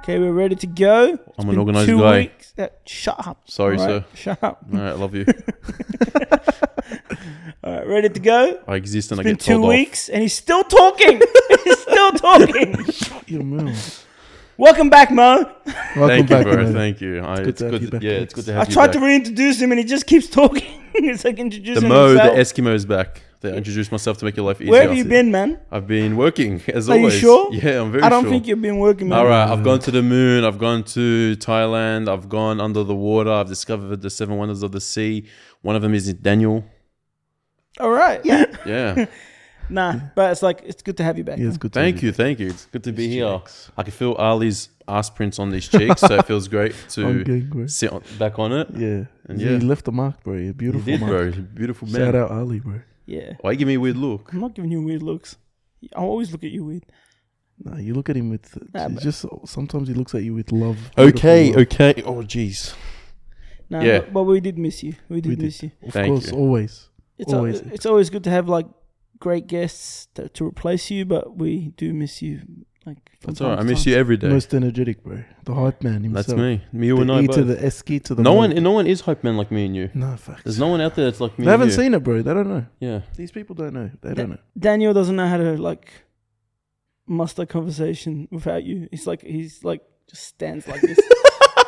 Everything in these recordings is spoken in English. Okay, we're ready to go. It's I'm an been organised two guy. Weeks. Uh, shut up. Sorry, all sir. Shut up. All right, I love you. All right, ready to go. I exist and I It's been get two told weeks, and he's still talking. he's still talking. Shut your mouth. Welcome back, Mo. off. Welcome Thank you, back. bro. man. Thank you. I, good it's to have good. you back, yeah, mate. it's good to I have you tried back. to reintroduce him, and he just keeps talking. it's like the introducing Mo, the himself. Eskimo is back. They introduced myself to make your life easier. Where have you been, man? I've been working as Are you always. sure? Yeah, I'm very I don't sure. think Mm. you've been working, man. All right, I've gone to the moon. I've gone to Thailand. I've gone under the water. I've discovered the seven wonders of the sea. One of them is Daniel. All right. Yeah. Yeah. Nah, but it's like it's good to have you back. Yeah, it's good. to thank have you. Thank you. It's good to be here. I can feel Ali's ass prints on these cheeks, so it feels great to I'm good, bro. sit on, back on it. Yeah. And yeah. yeah. He left a mark, bro. A You beautiful did, mark. bro. Beautiful man. Shout out Ali, bro. Yeah. Why you give me a weird look? I'm not giving you weird looks. I always look at you weird. Nah, you look at him with Nah, it's but- just sometimes he looks at you with love. Okay, Beautiful love. okay. Oh, jeez. Nah, Yeah. but, but we did miss you. We did We did. miss you. Of Thank course, you. always. It's Always. always it's always good to have like great guests to, to replace you, but we do miss you. Like That's from all right. I time to miss time. you every day. Most energetic, bro. The hype man himself. That's me. Me, you, and the I E to both. the S key to the No mo. one, no one is hype man like me and you. No facts. There's no one out there that's like me. they and haven't you. seen it, bro. They don't know. Yeah. These people don't know. They That- don't know. Daniel doesn't know how to like muster conversation without you. He's like he's like just stands like this.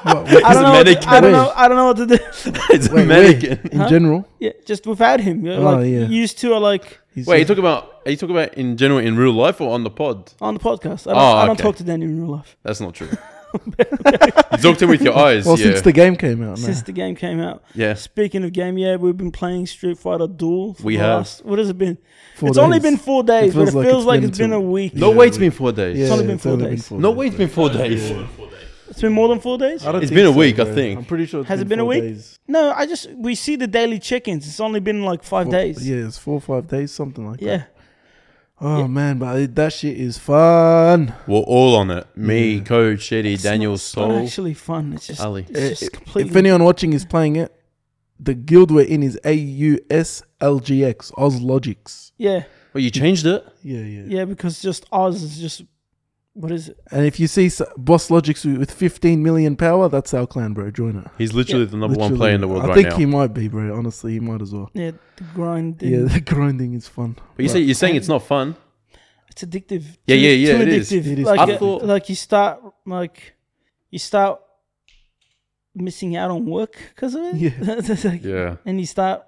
What, I He's don't a know. What to, mannequin. I don't know. I don't know what to do. it's Wait, a mannequin. in Huh? general, yeah, just without him. You're Oh, like yeah. you used to are like he's Wait, you talk about are you talking about in general in real life or on the pod? on the podcast. I don't, Oh, I don't okay. talk to Daniel in real life That's not true. you talked him with your eyes. well, yeah. since the game came out, no. since the game came out. yeah. Speaking of game, yeah, we've been playing Street Fighter Duel. For We the have. Last, what has it been? Four it's only days. been four days, feels but it like feels it's like been it's been two- a week. No Yeah, weight's we- been four days. Yeah, only been four been days. four No days, weight's bro. been four days. It's been more than four days. I don't It's think been a so, week, I bro. think. I'm pretty sure. It's Has it been a four week? Days. No, I just we see the daily chickens. It's only been like five Four- days. Yeah, it's four or five days, something like Yeah. that. Oh Yeah. man, but it- that shit is fun. We're all on it. Me, Yeah. Coach, Shetty, It's Daniel, not, it's not Soul. actually fun. It's just Ali. It's just completely. If anyone watching is playing it, the guild we're in is A U S L G X Oz Logics. yeah, Well, you changed it. Yeah, yeah, yeah, because just ours is just what is it? And if you see s- Boss Logics wi- with 15 million power, that's our clan, bro. Join it. He's literally the number one player in the world I right think now. he might be, bro. Honestly, he might as well. Yeah, the grind. Yeah, Yeah, the grinding is fun. but you say you're saying it's not fun. it's addictive. Yeah, Too- yeah, yeah, Too it addictive. is. It is Like, uh, I thought- like you start like you start missing out on work because of it. Yeah. It's like- Yeah. and you start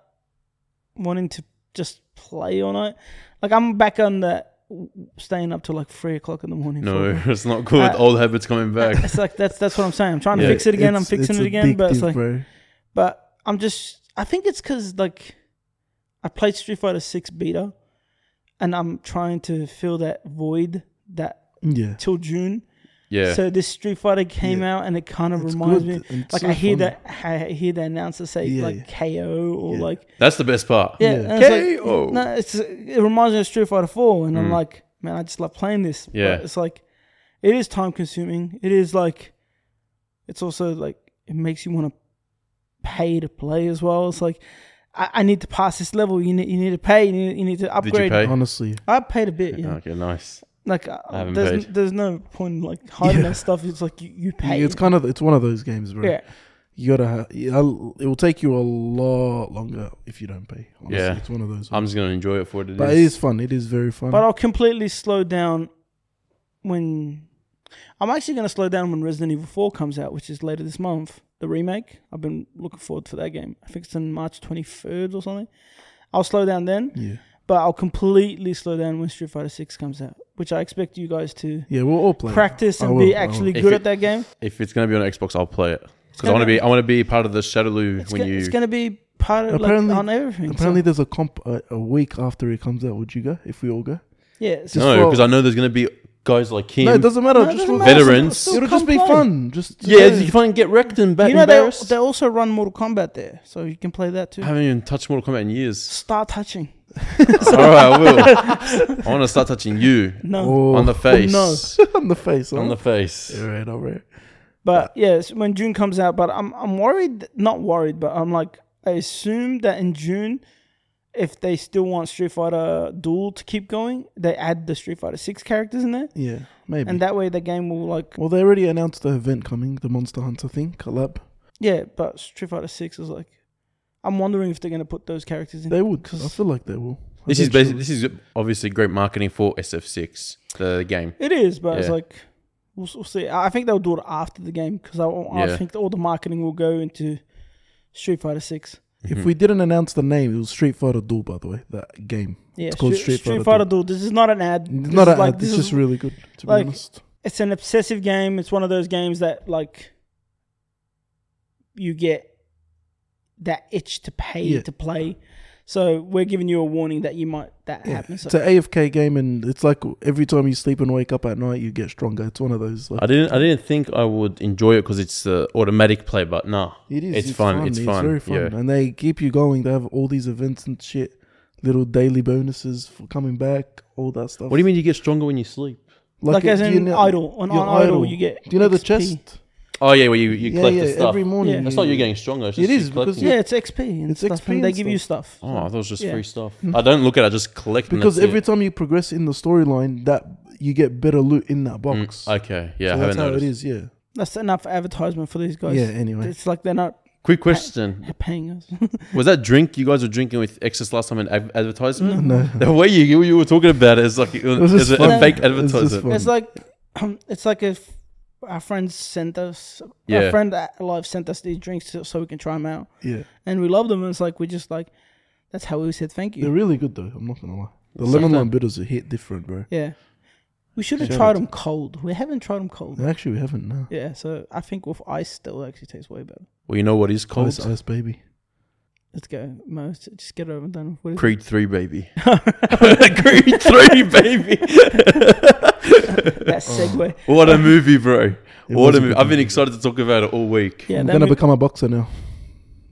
wanting to just play all night. Like I'm back on that w- staying up till like three o'clock in the morning. four No, o'clock. it's not good. Uh, Old habits coming back. it's like that's that's what I'm saying. I'm trying Yeah. to fix it again. I'm It's- fixing it's it again, but it's addictive, like, bro. but I'm just. I think it's because like I played Street Fighter Six beta, and I'm trying to fill that void that yeah, till June. Yeah. So this Street Fighter came out, and it kind of It's reminds good. me. It's Like so I hear fun. that I hear the announcer say Yeah, like KO or Yeah. like That's the best part. yeah, Yeah. and it's like, KO. no, it's it reminds me of Street Fighter Four, and I'm Mm. like, man, I just love playing this. But Yeah. it's like, it is time consuming. It is like, it's also like it makes you want to pay to play as well. It's like, I, I need to pass this level. You need you need to pay. You need, you need to upgrade. pay? honestly, I paid a bit. Yeah. Okay, nice. Like uh, I haven't there's paid. there's no point in like hiding Yeah. that stuff. It's like you, you pay. it's kind of it's one of those games, bro. yeah. You gotta. Ha- I'll- it will take you a lot longer if you don't pay. Honestly. Yeah. Oh, it's one of those. I'm just gonna enjoy it for what it but it is fun. It is very fun. uh, But I'll completely slow down when I'm actually going to slow down when Resident Evil 4 comes out, which is later this month, the remake. I've been looking forward to that game. I think it's on March 23rd or something. I'll slow down then, yeah, but I'll completely slow down when Street Fighter 6 comes out, which I expect you guys to yeah, we'll all play. it. practice I and will, be I will. actually If good it- at that game. If it's gonna be on Xbox, I'll play it because gonna I want to be- be. I want to be part of the Shadaloo It's when going you. to be part of like, Apparently- on everything. so- Apparently, there's a comp a, a week after it comes out. Would you go if we all go? yeah, so- just No, for- because I know there's gonna be guys like him. no, it doesn't matter. No, it just doesn't for- matter. Veterans. Still It'll come just be play. fun. Just yeah, just- you can fucking get wrecked and back. You know, they, embarrassed. they also run Mortal Kombat there, so you can play that too. I Uh, haven't even touched Mortal Kombat in years. Start touching. All right, I will. I want to start touching you No. Oh, on the face. on the face. On the face. All right, all right. But yes, when June comes out, but I'm I'm worried, not worried, but I'm like I assume that in June if they still want Street Fighter Duel to keep going, they add the Street Fighter Six characters in there, Yeah, maybe. and that way the game will like well, they already announced the event coming, the Monster Hunter thing collab. yeah. But Street Fighter Six is like, I'm wondering if they're gonna put those characters in. They would. 'Cause- I feel like they will. This is Eventually. basi- this is obviously great marketing for SF6, the game. It is, but it's Yeah. like we'll, s- we'll see. I I think they'll do it after the game because I, I Yeah. think all the marketing will go into Street Fighter Six. Hmm. Mm-hmm. If we didn't announce the name, it was Street Fighter Duel, by the way, that game. Yeah, It's called Stre- Street Fighter Duel. This is not an ad. It's This not is a, like- it's this just is, really good, to like- be honest. it's an obsessive game. It's one of those games that like you get that itch to pay Yeah. to play. So we're giving you a warning that you might that Yeah. happens. It's an AFK game, and it's like every time you sleep and wake up at night, you get stronger. It's one of those. Like, I didn't I didn't think I would enjoy it because it's uh, automatic play, but nah, it is. It's fun, it's fun, very fun, yeah. and they keep you going. They have all these events and shit, little daily bonuses for coming back, all that stuff. What do you mean you get stronger when you sleep? like, as do in you know- idle on, you're on idle idle. you get. Do you know the XP. chest? Oh yeah, well you, you Yeah, collect yeah. the stuff. Every morning, Yeah. That's not you getting stronger. It's It just you is, because- collecting Yeah, it's it. XP. And It's it's stuff, XP and they and give you stuff. Oh, I thought it was just Yeah. free stuff. I don't look at. it, I just collect and Mm-hmm. Because that's every it. time you progress in the storyline, that you get better loot in that Mm, box. Okay, yeah, So I that's haven't how noticed. it is. Yeah. That's enough advertisement for these guys. Yeah. Anyway, It's like they're not Quick question: paying us. Was that drink you guys were drinking with Excess last time an ad- advertisement? no. The way you, you you were talking about it is like it was was, just a- fun. a fake It was just advertisement. fun. it's like um, it's like if our friends sent us our Yeah. friend alive sent us these drinks so, so we can try them out, Yeah. and we love them. And it's like we just like that's how we said thank They're you. really good though. I'm not gonna lie. The Sometimes- lemon lime bitters are hit different, bro. Yeah, we should have Shout tried out. them cold. We haven't tried them cold. Actually, we haven't. No. Yeah, so I think with ice still actually tastes way better. Well, you know what is called Ice, ice baby. Let's go, most. Just get it over and done. with. What is Creed Three, baby. Creed Three, baby. it? that segue? What a movie, bro! It What was a a movie! good I've been movie. excited to talk about it all week. Yeah, I'm that gonna movie- become a boxer now.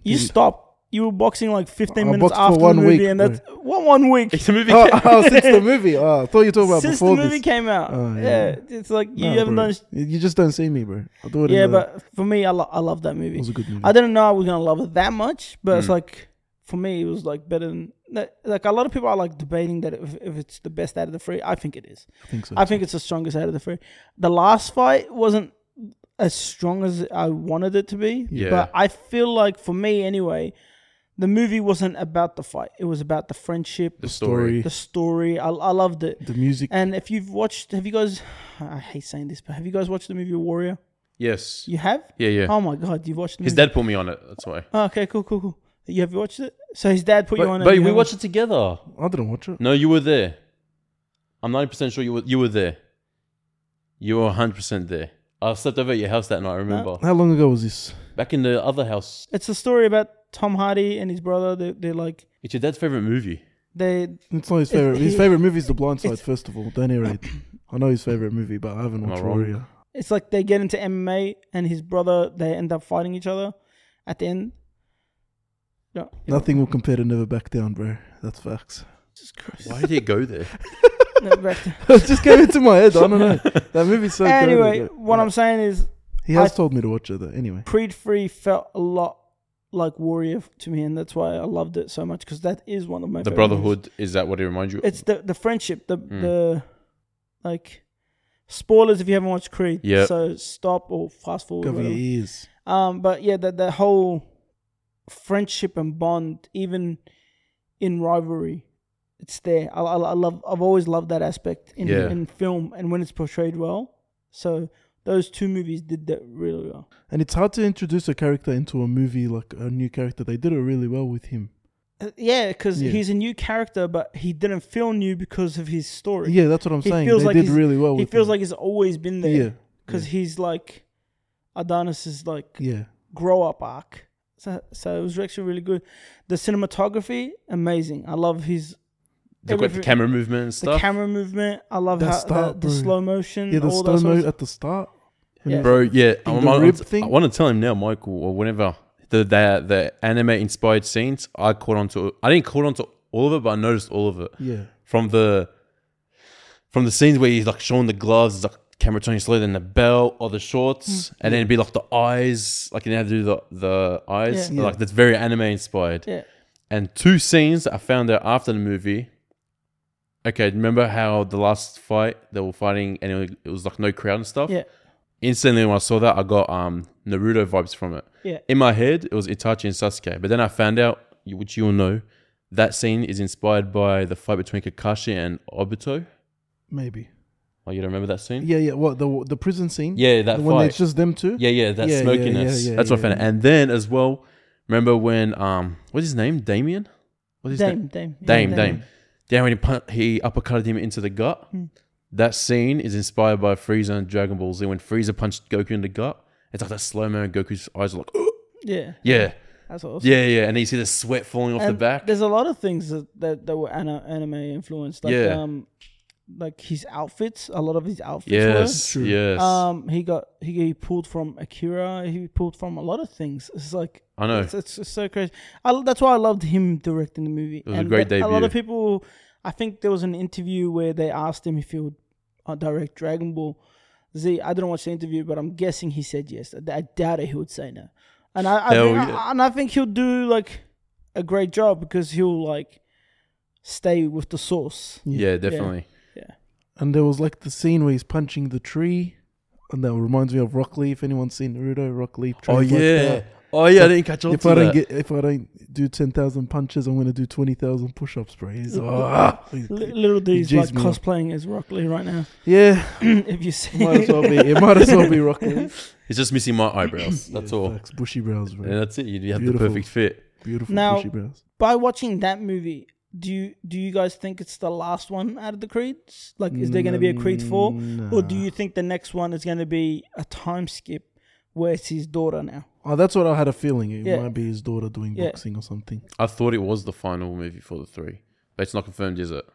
you stop. You were boxing like 15 I minutes boxed for after one the movie, week, and that's one one week. It's a movie. oh, oh, since the movie. Oh, I thought you were talking about Since the before movie this. came out, Oh, yeah. yeah. it's like you Nah, haven't bro. done You just don't see me, bro. I do it. yeah, in the, but for me, I, lo- I love that it movie. was a good movie. I didn't know I was gonna love it that much, but it's Mm. like for me, it was like better than that- like a lot of people are like debating that if, if it's the best out of the three. I think it is. I think so. I think it's the strongest out of the three. The last fight wasn't as strong as I wanted it to be, Yeah. but I feel like for me anyway, the movie wasn't about the fight. It was about the friendship, the story. the story. I, I loved it. the music. And if you've watched, have you guys? I hate saying this, but have you guys watched the movie Warrior? Yes. You have? Yeah, yeah. Oh my god, you've watched the His movie. dad put me on it. That's why. Oh, okay, cool, cool, cool. You have watched it? So his dad put you on. But, it but and you we haven't- watched it together. I didn't watch it. No, you were there. I'm 90% sure you were, you were there. You were 100% there. I slept over at your house that night, I remember. How long ago was this? Back in the other house. It's a story about Tom Hardy and his brother. They, they're like It's your dad's favorite movie. they. It's not his favorite. His he- favorite movie is The Blind Side. it's- First of all, don't errate. I know his favorite movie, but I haven't Am I watched wrong? Warrior. It's like they get into MMA and his brother. They end up fighting each other at the end. No, Nothing will compare to Never Back Down, bro. That's facts. Jesus Christ. Why did it go there? No, back to- it just came into my head. I don't know. That movie's so. goated, anyway, bro. what I'm saying is He has I- told me to watch it though. Anyway, Creed Free felt a lot like Warrior to me, and that's why I loved it so much because that is one of my the favorite movies. Brotherhood, is that what it reminds you of? It's the the friendship, the Mm. the like spoilers if you haven't watched Creed. Yeah. So stop or fast forward. cover your whatever. ears. Um, but yeah, that the whole friendship and bond, even in rivalry, it's there. I, I, I love. I've always loved that aspect in Yeah. in film and when it's portrayed well. So those two movies did that really well. And it's hard to introduce a character into a movie like a new character. They did it really well with him. Uh, Yeah, because Yeah. he's a new character, but he didn't feel new because of his story. Yeah, that's what I'm He saying. feels They like did he's- really well. he with feels him. like he's always been there. yeah, because Yeah. he's like Adonis's like yeah. grow up arc. So, so it was actually really good. The cinematography, amazing. I love his They've got the every- camera movement and the stuff. camera movement. I love That how style, the, the bro. slow motion. Yeah, the Mm, all that slow sort mo of- at the start. Yeah. Bro, yeah. the I'm, I'm, rib i thing? want to tell him now, Michael, or whenever. The, the, the anime inspired scenes, I caught onto. I didn't caught onto all of it, but I noticed all of it. Yeah, from the from the scenes where he's like showing the gloves, like camera turning slow, then the belt or the shorts, Hmm. and then it'd be like the eyes, like you know how to do the the eyes, Yeah. Yeah. like that's very anime inspired. Yeah. And two scenes that I found out after the movie. Okay, remember how the last fight they were fighting and it was- it was like no crowd and stuff? Yeah. Instantly when I saw that, I got um Naruto vibes from it. Yeah. In my head, it was Itachi and Sasuke. But then I found out, which you'll know, that scene is inspired by the fight between Kakashi and Obito. Maybe. Oh, you don't remember that scene? Yeah, yeah. What the the prison scene? Yeah, that the fight. one that's just them two. Yeah, yeah, that Yeah, yeah, smokiness. yeah, yeah, That's what I yeah, found. out. And then as well, remember when um, what's his name? Damien. What's his name? Dame, Dame, yeah, Dame, Dame. Damn, when he pun- he uppercutted him into the gut. Mm. That scene is inspired by Frieza and Dragon Ball Z. When Frieza punched Goku in the gut, it's like that slow mo. and Goku's eyes are like, "Ugh." Yeah, yeah, that's awesome. yeah, yeah, and you see the sweat falling off the And back. There's a lot of things that that, that were ana- anime influenced. Like, Yeah. um, like his outfits. A lot of his outfits Yes, True. were. yes, Um, he got he, he pulled from Akira. He pulled from a lot of things. It's like I know. It's, it's, it's so crazy. I, that's why I loved him directing the movie. was a great A lot debut. of people, I think there was an interview where they asked him if he would uh, direct Dragon Ball Z. I didn't watch the interview, but I'm guessing he said yes. I, I doubt it. He would say no. And I, I Hell think, yeah. I- and I think he'll do like a great job because he'll like stay with the source. Yeah, definitely. And there was like the scene where he's punching the tree, and that reminds me of Rock Lee. If anyone's seen Naruto, Rock Lee. Oh trains like yeah, that. oh yeah. I didn't catch on If to I don't that. get, if I don't do ten thousand punches, I'm gonna do twenty thousand push-ups, bro. He's, Look- ah, Li- little D's like jizzed me up. cosplaying as Rock Lee right now. yeah, if you see, might as well be. It might as well be Rock Lee. it's just missing my eyebrows. That's Yeah, all. facts. bushy brows, bro. And that's it. You have Beautiful. the perfect fit. Beautiful Now- bushy brows. by watching that movie, do you do you guys think it's the last one out of the creeds? Like, is there going to be a Creed four, or do Nah. you think the next one is going to be a time skip where it's his daughter now? Oh, that's what I had a feeling. It Yeah. might be his daughter doing Yeah. boxing or something. I thought it was the final movie for the three, but it's not confirmed, is it?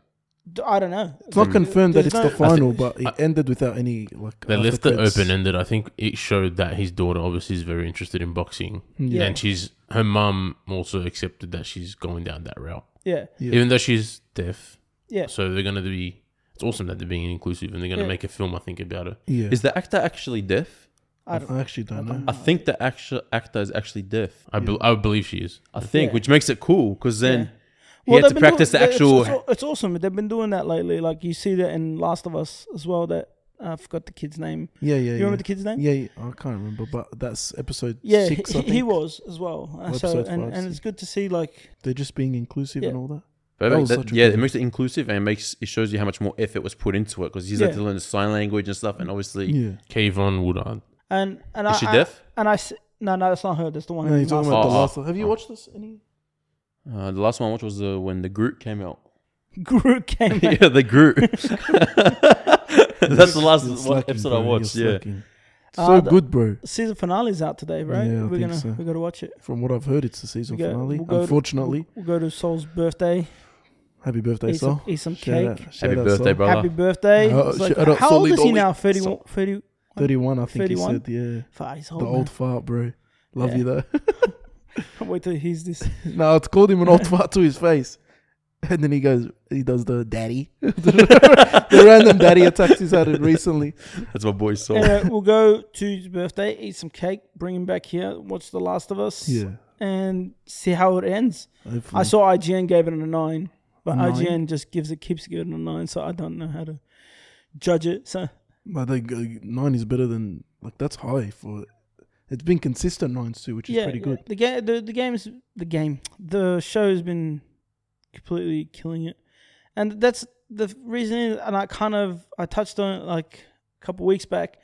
D- I don't know. It's not confirmed that There's it's no- the final, I thi- but it I- ended without any like. They after left it credits. open ended. I think it showed that his daughter obviously is very interested in boxing, Yeah. and she's her mum also accepted that she's going down that route, Yeah, Yeah. even though she's deaf. yeah. So they're gonna be. It's awesome that they're being inclusive, and they're gonna Yeah. make a film. I think about it. Yeah. Is the actor actually deaf? I I, don't. actually don't know. I think the actual actor is actually deaf. I, bel I believe she is. I think, Yeah. which makes it cool because then Yeah. he Well, had they've to been practice doing- the it's- actual. It's, al- it's awesome. They've been doing that lately. Like you see that in Last of Us as well. That uh, I forgot the kid's name. Yeah, yeah. You yeah. remember the kid's name? Yeah, yeah, I can't remember, but that's episode Yeah, six. he, I he think. was as well. Uh, so Or episode and, five, and six. it's good to see like They're just being inclusive Yeah. and all that. but that like was that- such a yeah, good- it makes it inclusive and it makes it shows you how much more effort was put into it because he's had Yeah. to learn the sign language and stuff. And obviously, Yeah. Kayvon Woodard. and and I, is she I- deaf? And I s- no no that's not her. That's the one. No, in you're Last talking of about the Oh, last. oh, Have you oh. watched this? Any? Uh, the last one I watched was uh, when the Groot came out. Groot came out. yeah, the Groot. That's the last You're one slacking, episode bro, I you're watched. Yeah, slacking. Uh, So the- good, bro. Season finale's out today, right? Yeah, I we're think gonna so. we gotta watch it. From what I've heard, it's the season We go- finale. we'll go to- Unfortunately, We'll go to Sol's birthday. happy birthday, eat, some, Sol. eat some Shout out- cake. shout happy out, birthday, Sol. brother. Happy birthday! Oh, It's like, shout out how old Solly is he Dolly. now? 30, Sol- 30 Thirty-one, I think 31? he said. fuck, he's Yeah, old. the old fart, bro. Love Oh, Yeah. you though. man. Wait till he's this. no, it's called him an old fart to his face, and then he goes, he does the daddy, the random daddy attacks he's had it recently. that's my boy. So anyway, we'll go to his birthday, eat some cake, bring him back here, watch The Last of Us, Yeah, and see how it ends. hopefully. I saw IGN gave it a nine, but Nine? IGN just gives it keeps giving it a nine, so I don't know how to judge it. So But they go, nine is better than like that's high for. It's been consistent nines too, which is pretty good. The game, the, the game's the game. The show's been completely killing it, and that's the reason. is- And I kind of I touched on it like a couple weeks back.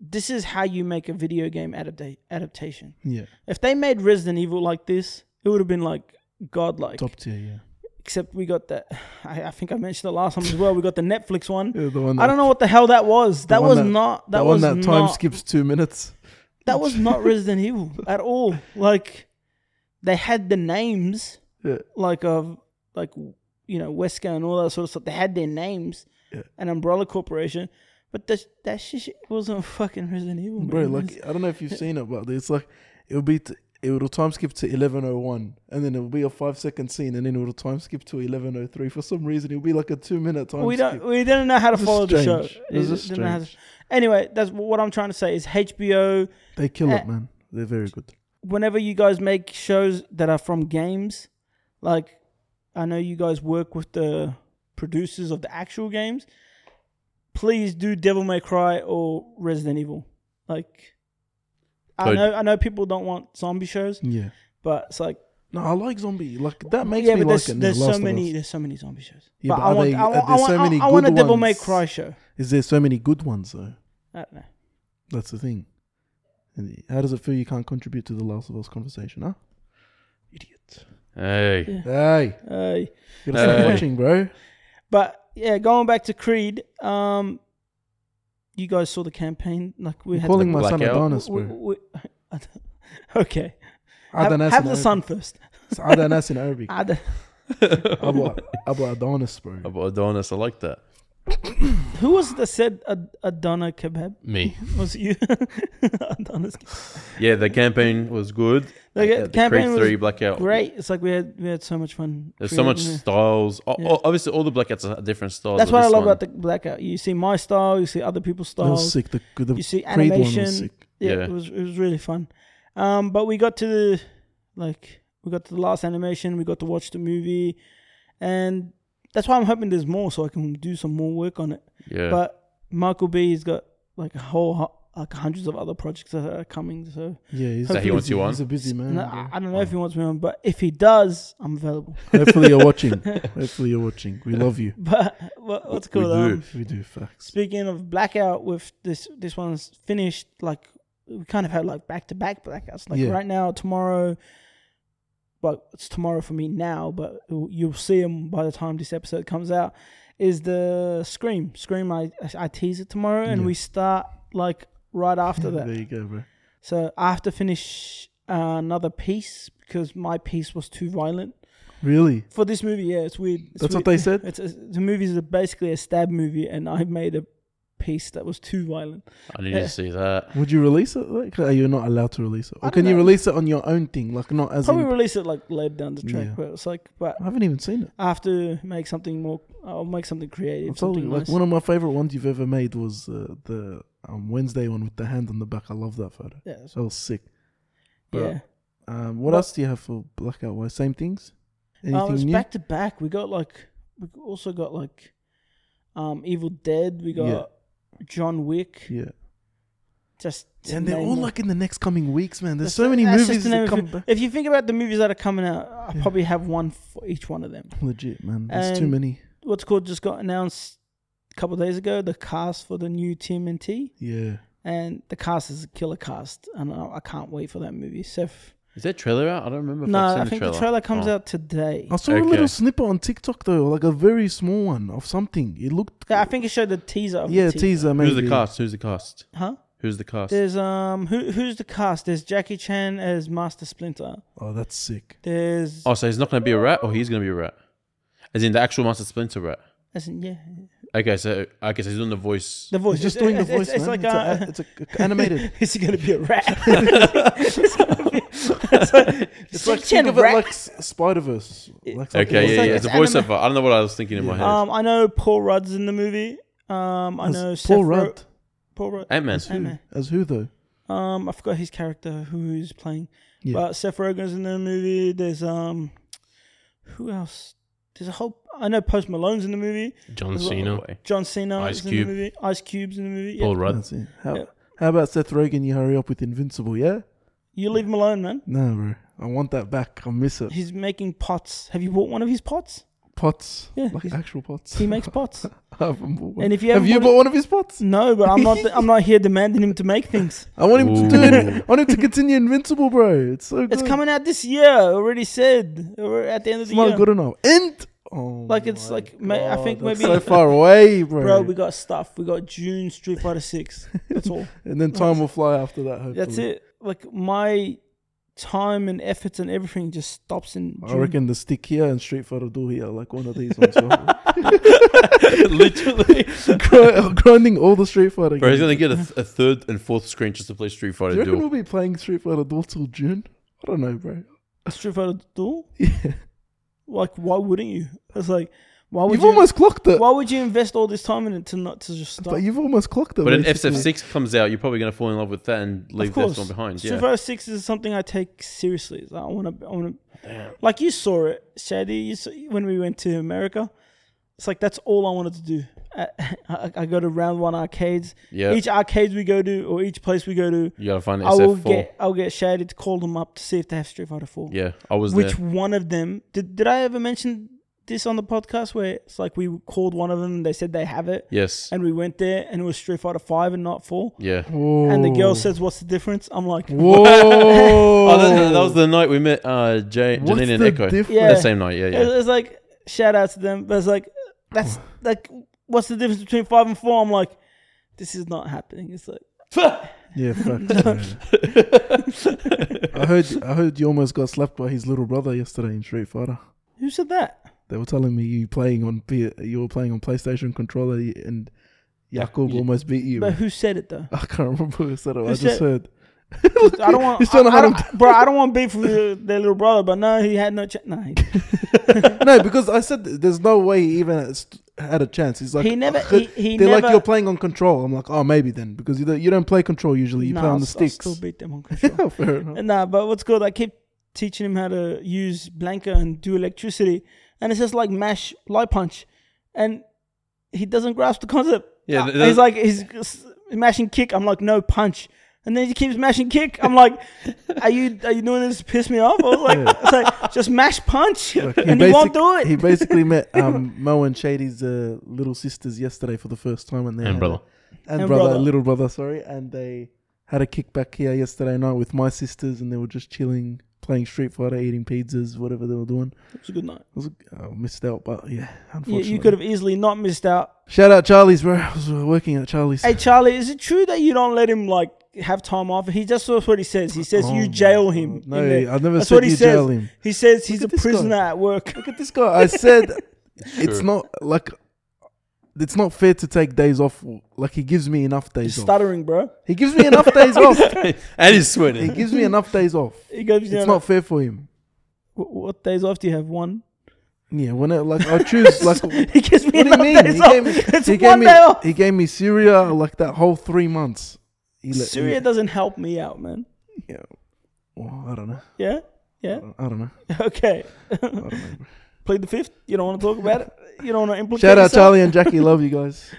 This is how you make a video game adapta- adaptation. Yeah, If they made Resident Evil like this, it would have been like godlike. top tier. Yeah, Except we got that. I, I think I mentioned it last time as well. We got the Netflix one. yeah the one. That, I don't know what the hell that was. That one was that- not. That, that was one that not, time skips two minutes. that was not Resident Evil at all. Like they had the names Yeah. like of like you know Wesker and all that sort of stuff. They had their names Yeah. and Umbrella Corporation, but that that shit wasn't fucking Resident Evil, bro. man. Like I don't know if you've seen it, but it's like it'll be t- it will time skip to eleven oh one, and then it'll be a five second scene, and then it'll time skip to eleven oh three. For some reason, it'll be like a two minute time. we skip. don't we didn't know how to It's follow the show. strange. It's It just didn't know how to- strange. anyway, that's what I'm trying to say is HBO. They kill Uh, it, man. They're very good. Whenever you guys make shows that are from games, Like, I know you guys work with the producers of the actual games. Please do Devil May Cry or Resident Evil. Like, I Code. know I know people don't want zombie shows, Yeah. but it's like No, I like zombie. Like that makes yeah, me but like there's, it. now, there's Last so of many Us. there's so many zombie shows. Yeah, but but I are want they- I want, I are there want, so I- many I want a good Devil May ones? Cry show. Is there so many good ones though? I don't know. That's the thing. And how does it feel you can't contribute to the Last of Us conversation, huh? Idiot. Hey. Hey, Uh, you gotta stop Hey. watching, bro. But yeah, going back to Creed, um, you guys saw the campaign. Like we You're had calling to, my son blackout. Adonis, we- bro. we- I don't- okay, have, Adonis. have in the Arabic. son first. It's Adonis in Arabic. I don't- Abu, Abu Adonis, bro. About Adonis, I like that. who was it that said Ad- Adana kebab? Me. Was it you? Adonis. Kebab. Yeah, the campaign was good. Like, Uh, the the campaign Creed was Three Blackout. Great. It's like we had we had so much fun. There's so much creating it. styles. O- Yeah. o- obviously, all the blackouts are different styles. That's but what I this love one- about the blackout. You see my style. You see other people's That was styles. sick. The, the You see Creed one was animation. sick. yeah, Yeah. it was it was really fun. Um, but we got to the like we got to the last animation. We got to watch the movie, and that's why I'm hoping there's more so I can do some more work on it. yeah. But Michael B has got like a whole hu- like hundreds of other projects that are coming. So Yeah, he's, So he he's- wants you on? He's a busy man. no, bro. I, I don't Mm. know if he wants me on, but if he does, I'm available. Hopefully you're watching. Hopefully you're watching. We love you. But what, what's We cool? do. Um, We do facts. speaking of blackout, with this this one's finished. Like we kind of had like back to back blackouts. Like Yeah. right now, tomorrow. But it's tomorrow for me now. But you'll you'll see them by the time this episode comes out. Is the scream scream? I I tease it tomorrow, and Yeah. we start like right after that. There you go, bro. So I have to finish uh, another piece because my piece was too violent Really? for this movie. Yeah, it's weird. It's That's weird. what they said? It's, it's the movie's a- basically a stab movie, and I made a piece that was too violent. I need yeah. to see that. Would you release it? Like, are you not allowed to release it? I Or don't can you know. release it on your own thing? Like, not as Probably in. release it like later down the track, Yeah. but it's like, but I haven't even seen it. I have to make something more. I'll make something I'm creative. telling Something you, like nice. one of my favorite ones you've ever made was uh, the um, Wednesday one with the hand on the back. I love that photo. yeah, so- That was sick. But, yeah. Um, what Well- else do you have for blackout? Why same things? Anything Um, it's new? back to back. We got like we also got like, um, Evil Dead. We got Yeah. John Wick. yeah, Just to and they're name all them. like in the next coming weeks, man. That's- There's so many that's just movies the name that of come it. back. If you think about the movies that are coming out, I Yeah. probably have one for each one of them. Legit, man. There's too And- many. What's called just got announced a couple of days ago. The cast for the new TMNT, Yeah, and the cast is a killer cast, and I, I can't wait for that movie. So if, Is that trailer out? I don't remember. If no, I've seen I think the trailer, comes Oh. out today. I saw a Okay. little snippet on TikTok though, like a very small one of something. It looked Yeah, I think it showed the teaser. Of yeah, the teaser, maybe. Who's the cast? Who's the cast? Huh? Who's the cast? There's um, who who's the cast? There's Jackie Chan as Master Splinter. Oh, that's sick. There's Oh, so he's not going to be a rat, or he's going to be a rat, as in the actual Master Splinter rat. as in, yeah, Okay, so I guess he's doing the voice. the voice. He's just It's- doing the it's- voice, It's, it's man. like It's a- uh, it's a- it's animated. Is he gonna be a rat? it's gonna be, it's like, It's Jackie like think Chan of it rat. like Spider Verse. Like Okay, something like yeah, like yeah, it's it's a anime. voiceover. I don't know what I was thinking in my Yeah. head. Um, I know Paul Rudd's in the movie. Um, I As know Seth Paul Ro- Rudd. Paul Rudd. Ant Man. As who? Ant-Man. As who though? Um, I forgot his character who he's playing. Yeah. But Seth Rogen's in the movie. There's um, who else? There's a whole. I know Post Malone's in the movie. John There's a- Oh, Cena. John Cena Ice is Cube. in the movie. Ice Cube's in the movie. Yeah. Paul Rudd. That's it. How, Yeah. how about Seth Rogen? You hurry up with Invincible, yeah? You leave him alone, man. No, bro. I want that back. I miss it. He's making pots. Have you bought one of his pots? Pots, Yeah, like he's- actual pots. He makes pots. I haven't bought one. And if you have haven't you bought bought one of his pots? No, but I'm not. I'm not here demanding him to make things. I want him to do Ooh. it. I want him to continue Invincible, bro. It's so good. It's coming out this year. Already said. We're at the end of It's the not year. good enough. And oh, Like, it's my like, ma- I think that's maybe- so far away, bro. Bro, we got stuff. We got June Street Fighter Six. That's all. and then time will fly after that. Hopefully. That's it. Like my time and efforts and everything just stops in I June. reckon the stick here and Street Fighter do here, like one of these ones. right? Literally, Grind- grinding all the Street Fighter. bro, he's games. going to get a, th- a third and fourth screen just to play Street do Fighter you reckon Duel. we'll be playing Street Fighter Duel till June? I don't know, bro. Street Fighter Duel. Yeah. Like, why wouldn't you? It's like Why would You've you? almost clocked it. why would you invest all this time in it to not to just stop? But you've almost clocked it. But an basically. FF6 comes out, you're probably going to fall in love with that and leave that course. one behind. Street Yeah. Fighter Six is something I take seriously. It's like, I want to, I want to, like you saw it, Shady. You saw, when we went to America. It's like that's all I wanted to do. I, I, I go to round one arcades. Yeah. Each arcade we go to, or each place we go to, You got to find I will SF4. get I'll get Shady to call them up to see if they have Street Fighter Four. yeah, I was Which there. one of them did? Did I ever mention this on the podcast? Where it's like we called one of them, and they said they have it, Yes. and we went there, and it was Street Fighter Five and not Four. Yeah. And the girl Whoa. says, "What's the difference?" I'm like, Whoa! Oh, that, that was the night we met uh, Jay, What's Janine and the Echo. difference? Yeah. That same night, yeah, yeah. It's, it's like shout out to them, but it's like that's like what's the difference between five and four? I'm like, this is not happening. It's like Yeah, fuck. yeah. I heard. I heard you almost got slapped by his little brother yesterday in Street Fighter. who said that? They were telling me you playing on P- you were playing on PlayStation controller and Jakub Yeah. almost beat you. But who said it though? I can't remember who said it. I Who's just that? heard. I don't want, He's I, trying to I hide him don't- bro. I don't want beef with their little brother, but no, he had no chance. No, he, no, because I said th- there's no way he even has- had a chance. He's like he never. "Ugh." He, he they're never. like you're playing on control. I'm like, oh, maybe then because you don't, you don't play control usually. You Nah, play on I'll- the I'll sticks. still beat them on control. Yeah, fair enough. nah, uh, but what's good? I keep teaching him how to use Blanca and do electricity, and it's just like mash light punch, and he doesn't grasp the concept. Yeah, Uh, th- he's like he's s- mashing kick. I'm like no punch, and then he keeps mashing kick. I'm like, are you are you doing this to piss me off? I was like, Yeah. it's like just mash punch, Like, and he won't basic- do it. He basically met um, Mo and Shady's uh, little sisters yesterday for the first time, and they And had brother. a- and, And brother, brother. little brother, sorry, and they had a kickback here yesterday night with my sisters, and they were just chilling, playing Street Fighter, eating pizzas, whatever they were doing. it's a good night. It was uh, missed out, but yeah, You, unfortunately, you could have easily not missed out. Shout out Charlie's, bro. I was working at Charlie's. Hey Charlie, is it true that you don't let him like have time off? He just that's what he says. He says Oh you my jail God. him. No, in there. I never That's said what he you says. jail him. He says he's a Look at this guy. prisoner at work. Look at this guy. I said it's not like it's not fair to take days off. Like he gives me enough He's days off. stuttering, bro. He gives me enough days off. and he's He sweating. gives me enough days off. He goes, you It's know, not fair for him. "Wh- what days off do you have? One. Yeah, when it, like I choose like what He gives me do you enough mean? days He off. gave me, it's he gave one me day off. he gave me Syria like that whole three months. He let- Syria doesn't help me out, man. yeah. Well, I don't know. Yeah, yeah. I don't know. Okay. I don't know. Play the fifth. You don't want to talk about it. You don't want to implicate. Shout out yourself? Charlie and Jackie. Love you guys.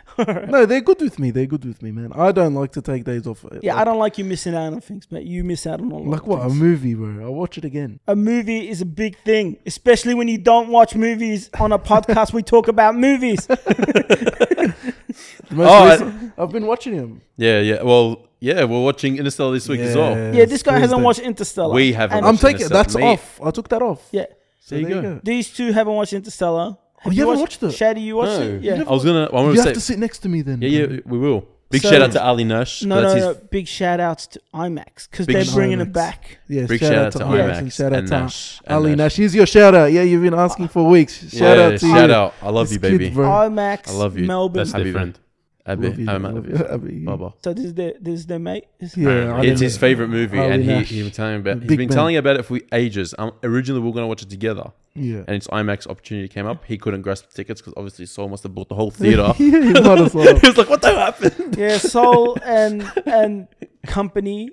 No, they're good with me. They're good with me, man. I don't like to take days off. Yeah, I don't like you missing out on things, mate. You miss out on a lot. Like of what? A things. movie, bro. I'll watch it again. a movie is a big thing, especially when you don't watch movies on a podcast. we talk about movies. The most Oh, I- recent- I've been watching him. Yeah, yeah. Well, yeah, we're watching Interstellar this week as well. Yeah, this guy hasn't Thursday. watched Interstellar. We haven't And- watched I'm taking Interstellar. that's Me- off. I took that off. Yeah, So There you go. these two haven't watched Interstellar. Have Oh, you haven't watched it? Shady, you watched No. it? Yeah. I was going to. I You want have to to say. sit next to me then. Yeah, yeah, we will. Big So- shout out to Ali Nash. No, no, that's no. his Big shout outs to IMAX because Big they're shout- bringing IMAX. it back. Yeah, big shout out to IMAX. shout out and to Nash. and Ali Nash. Here's your shout out. Yeah, you've been asking for weeks. Shout yeah, out to shout you. out. I love This you, kid, baby. bro. IMAX, I love you. Melbourne. That's their Habibi. friend. Abi, Love you, I'm love Abi. you, Abi. Baba. so this is their, this is their mate. This- Yeah, I It's don't his know. favorite movie, Ali and he, Nash. he was telling about, he's Big been man. telling about it for ages. Um, originally, we were going to watch it together, Yeah. and its IMAX opportunity came up. He couldn't grasp the tickets because obviously Saul must have bought the whole theater. he yeah, he might as well. was like, "What the happened?" Yeah, Soul and and company.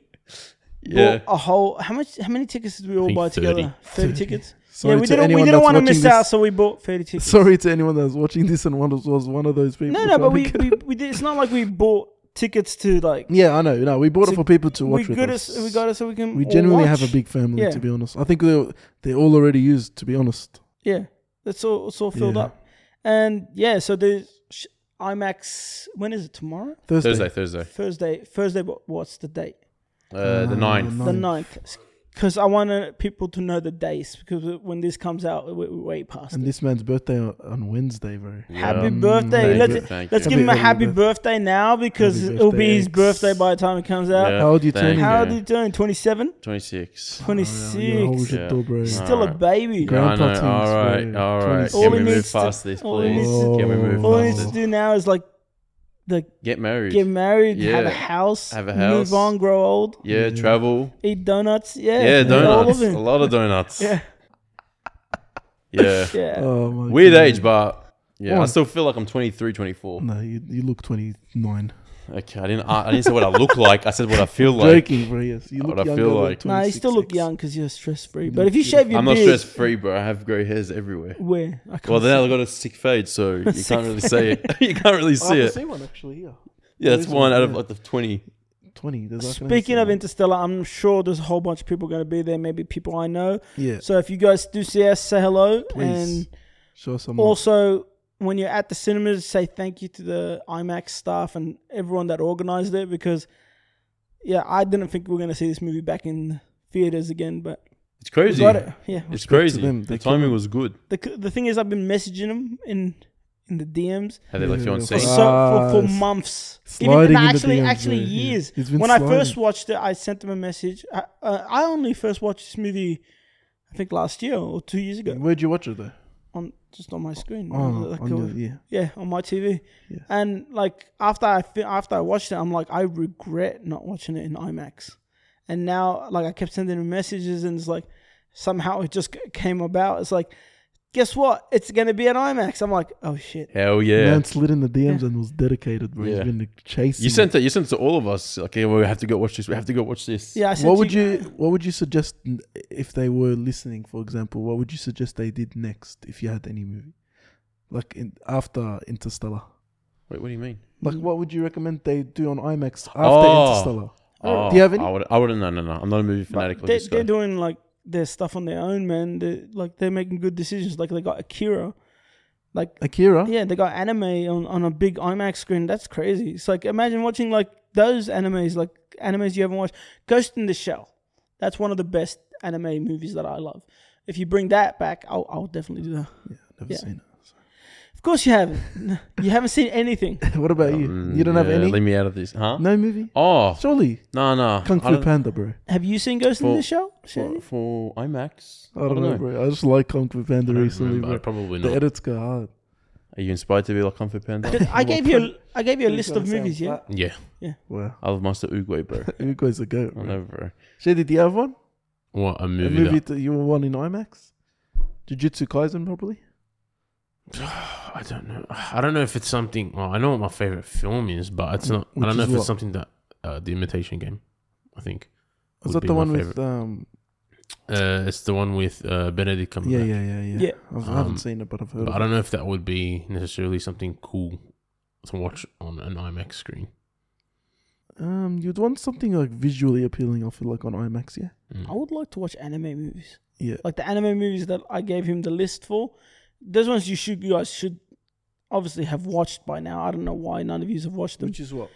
Yeah, bought a whole. How much? How many tickets did we all think buy 30. together? Thirty tickets. Sorry yeah, we to didn't. We anyone didn't that's want to watching miss this. out, so we bought thirty tickets. Sorry to anyone that's watching this and one of- was one of those people. No, no, but trying to we, get- we, we did, it's not like we bought tickets to like. Yeah, I know. No, we bought So it for people to we watch with good us. as we got it, so we can. We all genuinely watch. have a big family, Yeah. to be honest. I think they're, they're all already used, to be honest. Yeah, it's all it's all filled Yeah. up, and yeah. So there's sh- IMAX. When is it tomorrow? Thursday. Thursday, Thursday, Thursday. Thursday. What, what's the date? uh, the Ah, 9th. The Ninth. 9th. Because I wanted people to know the dates. Because when this comes out, we're way past. And it. this man's birthday on- on Wednesday, bro. Happy Mm, birthday! thank Let's you, thank let's you. give him a Happy happy birthday now because Happy it'll be his birthday. birthday by the time it comes out. Yeah, How old you thank turning? How you. old are you doing? Oh, 27? 26. 26. Yeah, holy shit, Yeah. though, bro. He's still a Alright. baby. Great. Yeah, I Grandpa know. teams, All right, bro. all right. 26. Can we All he move needs to- past this, all he needs please? to- Can we move All Oh. he past needs to this? do now is like, like Get married. get married, have a Yeah. house, Have a house. move on, grow old, yeah, travel. eat donuts. Yeah, Yeah, do all donuts. of A it. lot of donuts. Yeah, Yeah. yeah. Oh my Weird God. age, but Yeah, I Why? still feel like I'm 23, 24. No, you, you look 29. Okay, I didn't. I, I didn't say what I look like. I said what I feel like. Joking, bro. Yes, you What look I younger. feel than like. Nah, you still look 26. young because you're stress free. You But look if you beautiful. shave your I'm not beard, stress free, bro. I have grey hairs everywhere. where? I can't Well, then see. I got a sick fade, so you Sick can't really see it. you can't really I see can it. see one actually here. Yeah, that's There's one out of yeah. like the 20. 20. There's, I can only see Speaking of one. Interstellar, I'm sure there's a whole bunch of people going to be there. Maybe people I know. yeah, So if you guys do see us, say hello. please And show some. love. also, when you're at the cinemas, say thank you to the IMAX staff and everyone that organized it because, yeah, I didn't think we were going to see this movie back in theaters again, but It's we crazy. got it. Yeah. It's to crazy. them. The They timing was good. The the thing is, I've been messaging them in in the DMs How they left you on Yeah, for, scene. so, fuck. for, for Ah, s- months. sliding Even in the actually, DMs, actually yeah, yeah. years. It's been when I sliding. first watched it, I sent them a message. I, uh, I only first watched this movie, I think last year or two years ago, Where'd you watch it though? on just on my screen. Oh, Like, Mm. on uh, your- yeah. yeah, on my TV. Yeah. And like after I fi- after I watched it, I'm like I regret not watching it in IMAX. And now like I kept sending him messages, and it's like somehow it just c- came about. It's like, guess what? It's gonna be at IMAX. I'm like, oh shit. Hell yeah. Man slid in the DMs and was dedicated, bro. Yeah. He's been chasing. you it. sent that. You sent it to all of us. Okay, well, we have to go watch this. We have to go watch this. Yeah. I sent What would you What would you suggest n- if they were listening? For example, what would you suggest they did next if you had any movie, like in, after Interstellar? Wait, what do you mean? Like, Mm. what would you recommend they do on IMAX after Oh. Interstellar? Oh, do you have any? I would. I wouldn't. No, no, no. I'm not a movie But fanatic. like they, this guy. they're doing like their stuff on their own, man. They're, like they're making good decisions. Like they got Akira. Like Oh. Akira. yeah, they got anime on, on a big IMAX screen. That's crazy. It's like imagine watching like those animes, like animes you haven't watched. Ghost in the Shell. That's one of the best anime movies that I love. If you bring that back, I'll, I'll definitely do that. Yeah, never Yeah. seen Of course you haven't. you haven't seen anything. it. what about you? Mm, You don't have yeah, any? Leave me out of this, huh? No movie. Oh, Surely no, no. Kung I Fu don't- Panda, bro. Have you seen Ghost in Well, the Shell? for, Shay? for IMAX. I don't, know, bro. I just like Kung Fu Panda I don't recently, remember. bro. Probably The not. edits go hard. Are you inspired to be like Kung Fu Panda? I gave you a, I gave you a list of Sounds movies. Yeah. flat. Yeah. Wow. I love Master Oogway, bro. You guys are goat, I bro. know, bro. Shady, do you have one? What a A movie. movie that- that you were one in IMAX? Jujutsu Kaisen, probably? I don't know. I don't know if it's something. Well, I know what my favorite film is, but it's not. Which I don't know is if what? it's something that uh, the Imitation Game. I think. Was that would be the my one with favorite. um? Uh, it's the one with uh, Benedict Cumberbatch. Yeah, yeah, yeah, yeah. Yeah. I was- I haven't Um, seen it, but I've heard. But of I it. don't know if that would be necessarily something cool to watch on an IMAX screen. Um, you'd want something like visually appealing. I feel like on IMAX, yeah. Mm. I would like to watch anime movies. Yeah. Like the anime movies that I gave him the list for. Those ones you should you guys should obviously have watched by now. I don't know why none of you have watched them. is what?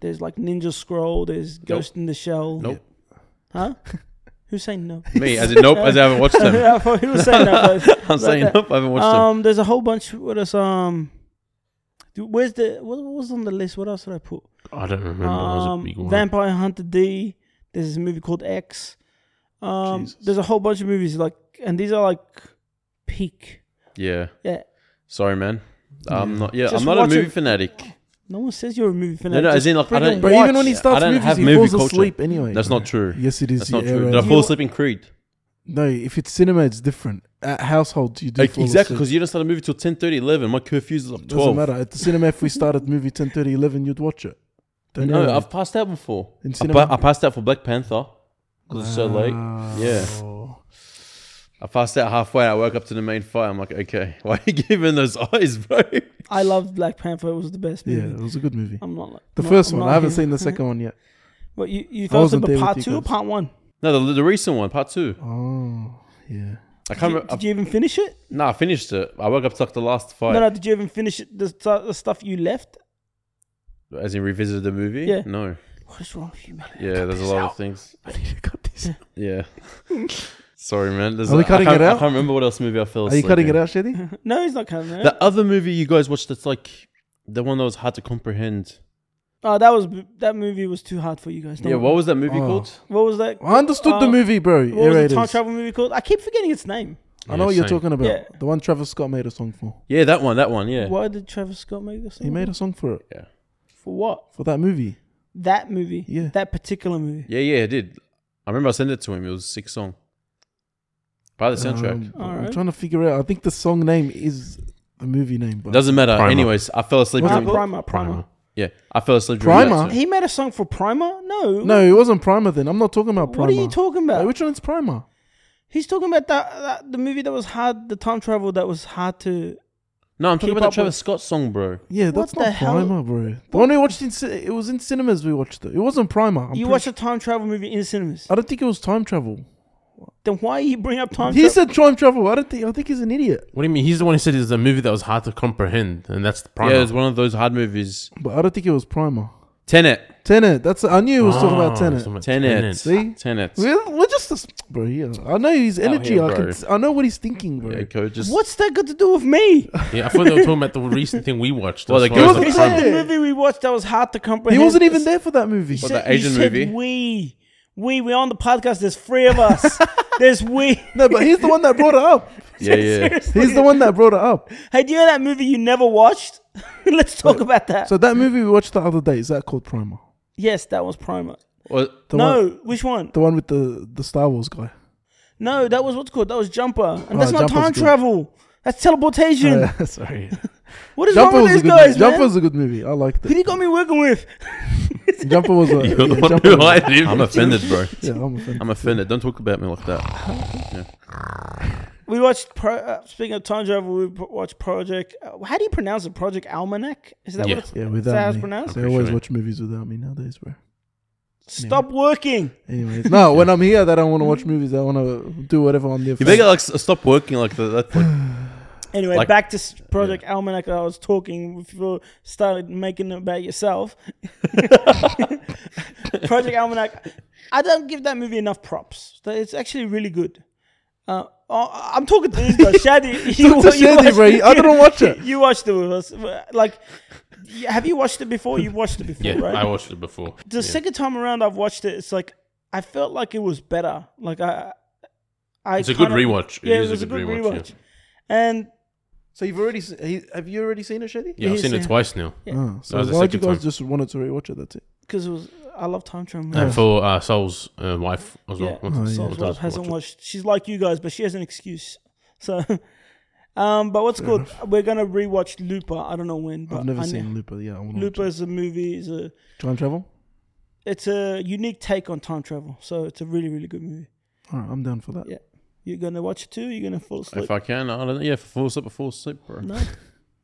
There's like Ninja Scroll, there's Ghost in the Shell. Nope. Huh? Who's saying no? Me, as in nope, as I haven't watched them. I thought he was saying no first. I'm saying that- nope, I haven't watched them. Um there's a whole bunch what else um dude, where's the what what was on the list? What else did I put? I don't remember. that was a Um, big one. Vampire Hunter D. There's this movie called X. Um, Jesus. there's a whole bunch of movies like, and these are like peak. Yeah. Yeah. Sorry, man. I'm Yeah. not. Yeah, Just I'm not a watch it. movie fanatic. No one says you're a movie fan. No, no. Just As in, like, friggin- I don't. But even when he watch- starts I don't movies, have he movie falls culture. asleep anyway. That's bro. not true. Yes, it is. That's you not true. error. Did I fall You- asleep in Creed? No, if it's cinema, it's different. At households, you do Like, fall exactly, asleep. because you don't start a movie till 10, 30, 11. My curfew's like doesn't 12. matter. At the cinema, if we started movie 10, 30, 11, you'd watch it. Don't No, know. I've passed out before. In I, cinema? Ah. pa- I passed out for Black Panther because it's so late. Yeah. Wow. I passed out halfway. I woke up to the main fight. I'm like, okay, why are you giving those eyes, bro? I loved Black Panther. It was the best Yeah, movie. it was a good movie. I'm not like The I'm not- first I'm one. not I haven't here. seen the second one yet. But you, you fell asleep wasn't at there part with you two or guys. part one? No, the, the recent one, part two. Oh, yeah. I Did can't you, remember. I- did you even finish it? No, I finished it. I woke up to like the last fight. No, no. Did you even finish it? The, stu- the stuff you left. As in revisited the movie? Yeah. No. What is wrong with you, man? Yeah, there's a lot of things. I need to cut this. Yeah. Sorry, man. There's Are we a- cutting I can't- it out? I can't remember what else movie I fell Are you asleep cutting in. it out, Shady? No, he's not coming. The other movie you guys watched that's like the one that was hard to comprehend. Oh, that was that movie was too hard for you guys. don't Yeah, worry. what was that movie Oh. called? What was that? I understood the Uh, movie, bro. What was the time Aerators. travel movie called? I keep forgetting its name. I know what you're talking about. Yeah. The one Travis Scott made a song for. Yeah, that one, that one, yeah. Why did Travis Scott make this? He made a song for it. Yeah. for what? For that movie. That movie. Yeah. That particular movie. Yeah, yeah, I did. I remember I sent it to him. It was a sick song. By the soundtrack. Um, All I'm right. trying to figure out. I think the song name is the movie name, but Doesn't matter. Primer. Anyways, I fell asleep. What's During, it? Primer, Primer. yeah, I fell asleep. during Primer? that, so- He made a song for Primer? No. no, it wasn't Primer. Then I'm not talking about Primer. What are you talking about? Wait, which one's Primer? He's talking about that, that the movie that was hard, the time travel that was hard to. No, I'm talking Keep about up the Travis with- Scott song, bro. Yeah, What that's the not hell? Primer, bro. The one we watched in ci- it was in cinemas. We watched it. It wasn't Primer. I'm you pretty watch sure- a time travel movie in cinemas. I don't think it was time travel. Then why you bring up time? he travel? said time travel. I don't think. I think he's an idiot. What do you mean? He's the one who said it's a movie that was hard to comprehend, and that's the primer. Yeah, it's one of those hard movies. But I don't think it was Primer. Tenet. Tenet. That's. I knew he was talking Oh, Ah, about Tenet. Tenet. See? Tenet. We're, we're just this, bro. Yeah, I know his energy. here, I can. bro. s- I know what he's thinking, bro. Yeah, It coach. Just What's that got to do with me? Yeah, I thought they were talking about the recent thing we watched. Well, That's the why I girls was He Wasn't like, said the there. movie we watched that was hard to comprehend. he wasn't even there for that movie. What, said- the Asian he said movie? We, we, we're on the podcast. There's three of us. There's we. No, but he's the one that brought it up. yeah, yeah. Seriously. He's the one that brought it up. Hey, do you know that movie you never watched? Let's talk about that. So that movie we watched the other day is that called Primer? yes, that was Primer. Well, The no, one, which one? the one with the the Star Wars guy. No, that was what's called. That was Jumper, and that's Oh, not Jumper's time good. travel. That's teleportation. Uh, sorry, what is Jumper wrong with was a these good. guys, movie. man? Jumper was a good movie. I liked Who it. you got me working with? Jumper was a. You're the yeah, one Jumper who was a- lied to him. I'm offended, bro. Yeah, I'm a fan. I'm offended. Don't talk about me like that. We watched. Pro, uh, speaking of time travel, we pro- watched Project. Uh, how do you pronounce it? Project Almanac? Is that Yeah. what it's, Yeah, is that how without it's me. pronounced? They always sure. watch movies without me nowadays, bro. Stop working. Anyways, no, when I'm here, they don't want to watch movies. They want to do whatever on their You phone. better like s- stop working like that. That's like, Anyway, Like- back to s- Project Almanac. I was talking before started making it about yourself. Project Almanac. I don't give that movie enough props. So It's actually really good. Uh, oh, I'm talking to this guy, Shadi. You, Talk to Shadi, watched- bro. I didn't watch it. You watched it with us. Like, y- have you watched it before? You watched it before, yeah, right? I watched it before. the second time around I've watched it, it's like I felt like it was better. Like I, I It's a good kinda- rewatch. Yeah, it was a good rewatch. And So you've already se- he- have you already seen it, Shady? Yeah, yeah I've He's seen it saying- twice now. Oh, so That was the why would you second guys time. just wanted to rewatch it? That's it. because it was, I love time travel. And for uh, Soul's uh, wife as well. Yeah. Wanted to- Oh, yeah. wanted Soul's to wife hasn't watch it. watched. She's like you guys, but she has an excuse. So, um, but what's good? We're gonna rewatch Looper. I don't know when, but I've never I seen Looper. Yeah, I want to Uh, Looper is a movie. Is a time travel. it's a unique take on time travel. So it's a really really good movie. All right, I'm down for that. Yeah. You're gonna watch it too. You're gonna fall asleep. if I can, I don't know. Yeah, if I fall asleep, I fall asleep, bro. no,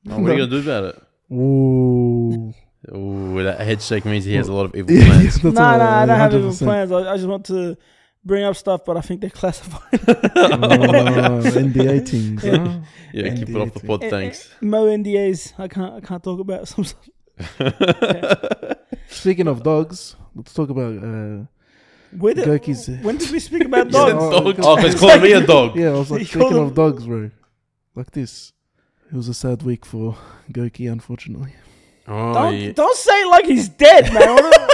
Oh, what are you gonna do about it? Ooh, Ooh, that head shake means he has a lot of evil plans. That's no, all no, I don't have even 100%. plans. I, I just want to bring up stuff, but I think they're classified. Oh, NDA things. huh? Yeah, keep it off the pod. Eh, Thanks. Mo NDAs. I can't. I can't talk about some stuff. Speaking of dogs, let's talk about. Uh, Where did, Gokis. when did we speak about You said dogs? dog. Yeah. Oh, 'cause call me a dog. yeah, I was like You speaking call of dogs, bro. Like this, it was a sad week for Goki, unfortunately. Oh, Don't, yeah. don't say it like he's dead, man. What-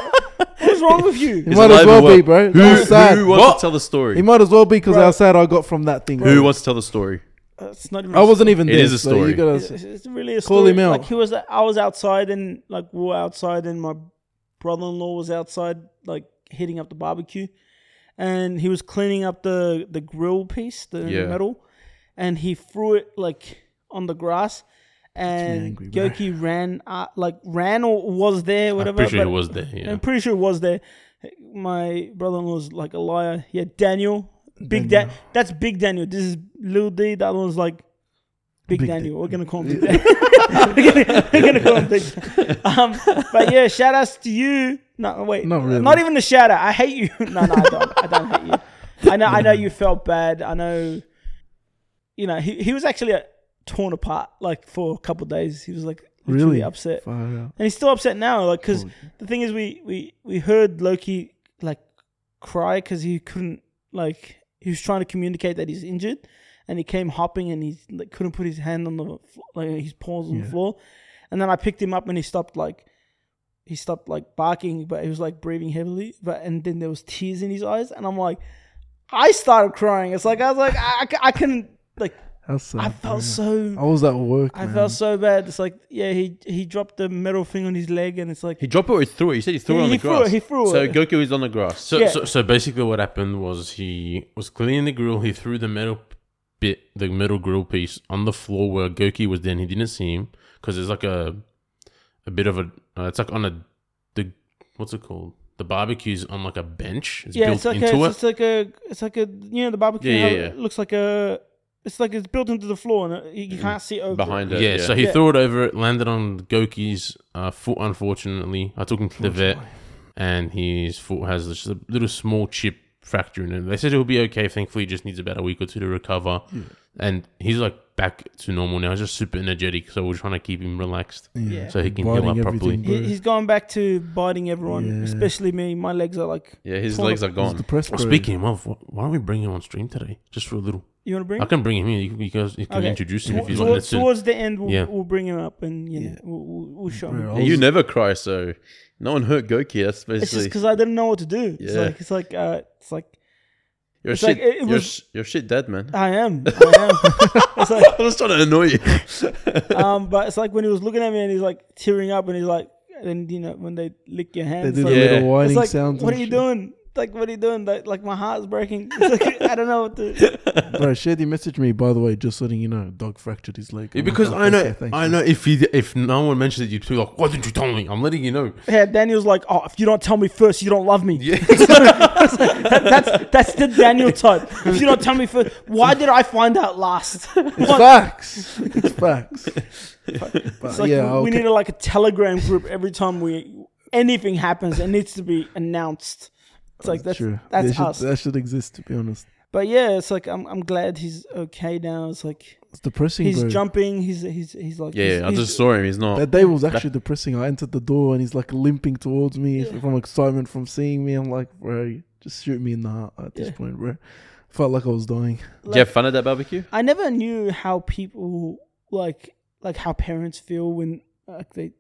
What's wrong with He you? Is it might live as well or be, what? Who, bro. That was sad. who wants What? to tell the He story? might as well be because Bro. how sad I got from that thing. Who Bro. wants to tell the story? Uh, It's not even. I wasn't even It there. is a so you story. It's, gotta- it's- it's really a Call story. him out. Like he was. I was outside, and like we were outside, and my brother-in-law was outside, like hitting up the barbecue, and he was cleaning up the the grill piece, the Yeah. metal, and he threw it like on the grass. And angry, bro. Yoki ran, uh, like ran or was there, I'm whatever. pretty sure but- it was there. Yeah. I'm pretty sure it was there. My brother-in-law's like a liar. Yeah, Daniel, Big Dan. That's Big Daniel. This is Lil D. That one's like Big, Big Daniel. Dan- We're gonna call him Big Daniel. we're, gonna, we're gonna call him Big. Dan. Um, but yeah, shout outs to you. No, wait, Not really. Not even a shout out. I hate you. no, no, I don't. I don't hate you. I know. I know you felt bad. I know. You know, he he was actually uh, torn apart like for a couple of days. He was like literally Really? upset Far out. and he's still upset now. Like, because Poor- the thing is, we we we heard Loki like cry because he couldn't like he was trying to communicate that he's injured, and he came hopping and he like, couldn't put his hand on the fl- like his paws on the Yeah. floor, and then I picked him up and he stopped like he stopped like barking, but he was like breathing heavily, but and then there was tears in his eyes, and I'm like, I started crying. It's like I was like I I, c- I couldn't like How sad, I bro. felt so. I was at work. I man. felt so bad. It's like, yeah, he he dropped the metal thing on his leg, and it's like He dropped it or he threw it? You said he threw He- it on he the threw grass. it, he threw so it. Goku is on the grass. So, Yeah. so, so basically, what happened was he was cleaning the grill. He threw the metal bit the middle grill piece on the floor where Goki was. Then he didn't see him because there's like a a bit of a. Uh, it's like on a the what's it called? The barbecue's on like a bench. It's yeah, built it's like a, it's into it. just like a, it's like a, you know, the barbecue. Yeah, how yeah, It yeah. looks like a, it's like it's built into the floor and it, you you can't see over it. behind it. yeah, so he Yeah. threw it over it, landed on Goki's uh, foot. Unfortunately, I took him to the vet, and his foot has just a little small chip fracture in it. They said he'll be okay. Thankfully, he just needs about a week or two to recover, and he's like back to normal now. He's just super energetic, so we're trying to keep him relaxed Yeah. so he can heal Biting up everything, properly. He, bro. he's gone back to biting everyone, Yeah. especially me. My legs are like, yeah, his Pull legs up- are He's gone. depressed, Well, bro. speaking of, wh- why don't we bring him on stream today, just for a little? you want to bring? I can bring him here. You can, you guys you can Okay. introduce him Tw- if you tw- want. That's it. towards the end, we'll, Yeah. we'll bring him up and you know, Yeah. we'll, we'll, we'll show him. Bro, I Yeah, you was- never cry, so no one hurt Goki. That's It's just basically because I didn't know what to do. It's Yeah. like it's like uh, it's like you're it's shit. like it- it you're, was- sh- you're shit dead, man. I am, I am. it's like I was trying to annoy you. um, but it's like when he was looking at me and he's like tearing up and he's like, and you know when they lick your hand, They it's do the like, Yeah. little it's whining like, sounds. what are and you shit. doing? Like what are you doing? Like, like my heart's breaking. It's like, I don't know what to. Bro, Shady messaged me, by the way, just letting you know, dog fractured his leg. Yeah, I'm because like, "Oh, I know, okay, thanks, I man. know if he, if no one mentioned it, you'd be like, "Why didn't you tell me?" I'm letting you know. Yeah, Daniel's like, oh, if you don't tell me first, you don't love me. Yeah. That- that's that's the Daniel type. If you don't tell me first, why did I find out last? It's facts. It's facts. but It's like yeah, we, I'll we ca- need a, like a Telegram group every time we anything happens. It needs to be announced. It's like that's true. that's They should, us. That should exist, to be honest. But yeah, it's like I'm I'm glad he's okay now. It's like It's depressing, he's bro. jumping. He's he's he's like yeah, he's, I he's- just saw him. He's not. That day was Oh, actually depressing. I entered the door and he's like limping towards me from excitement from seeing me. I'm like, bro, just shoot me in the heart at this Yeah. point, bro. Felt like I was dying. Did you have fun at that barbecue? I never knew how people like like how parents feel when like they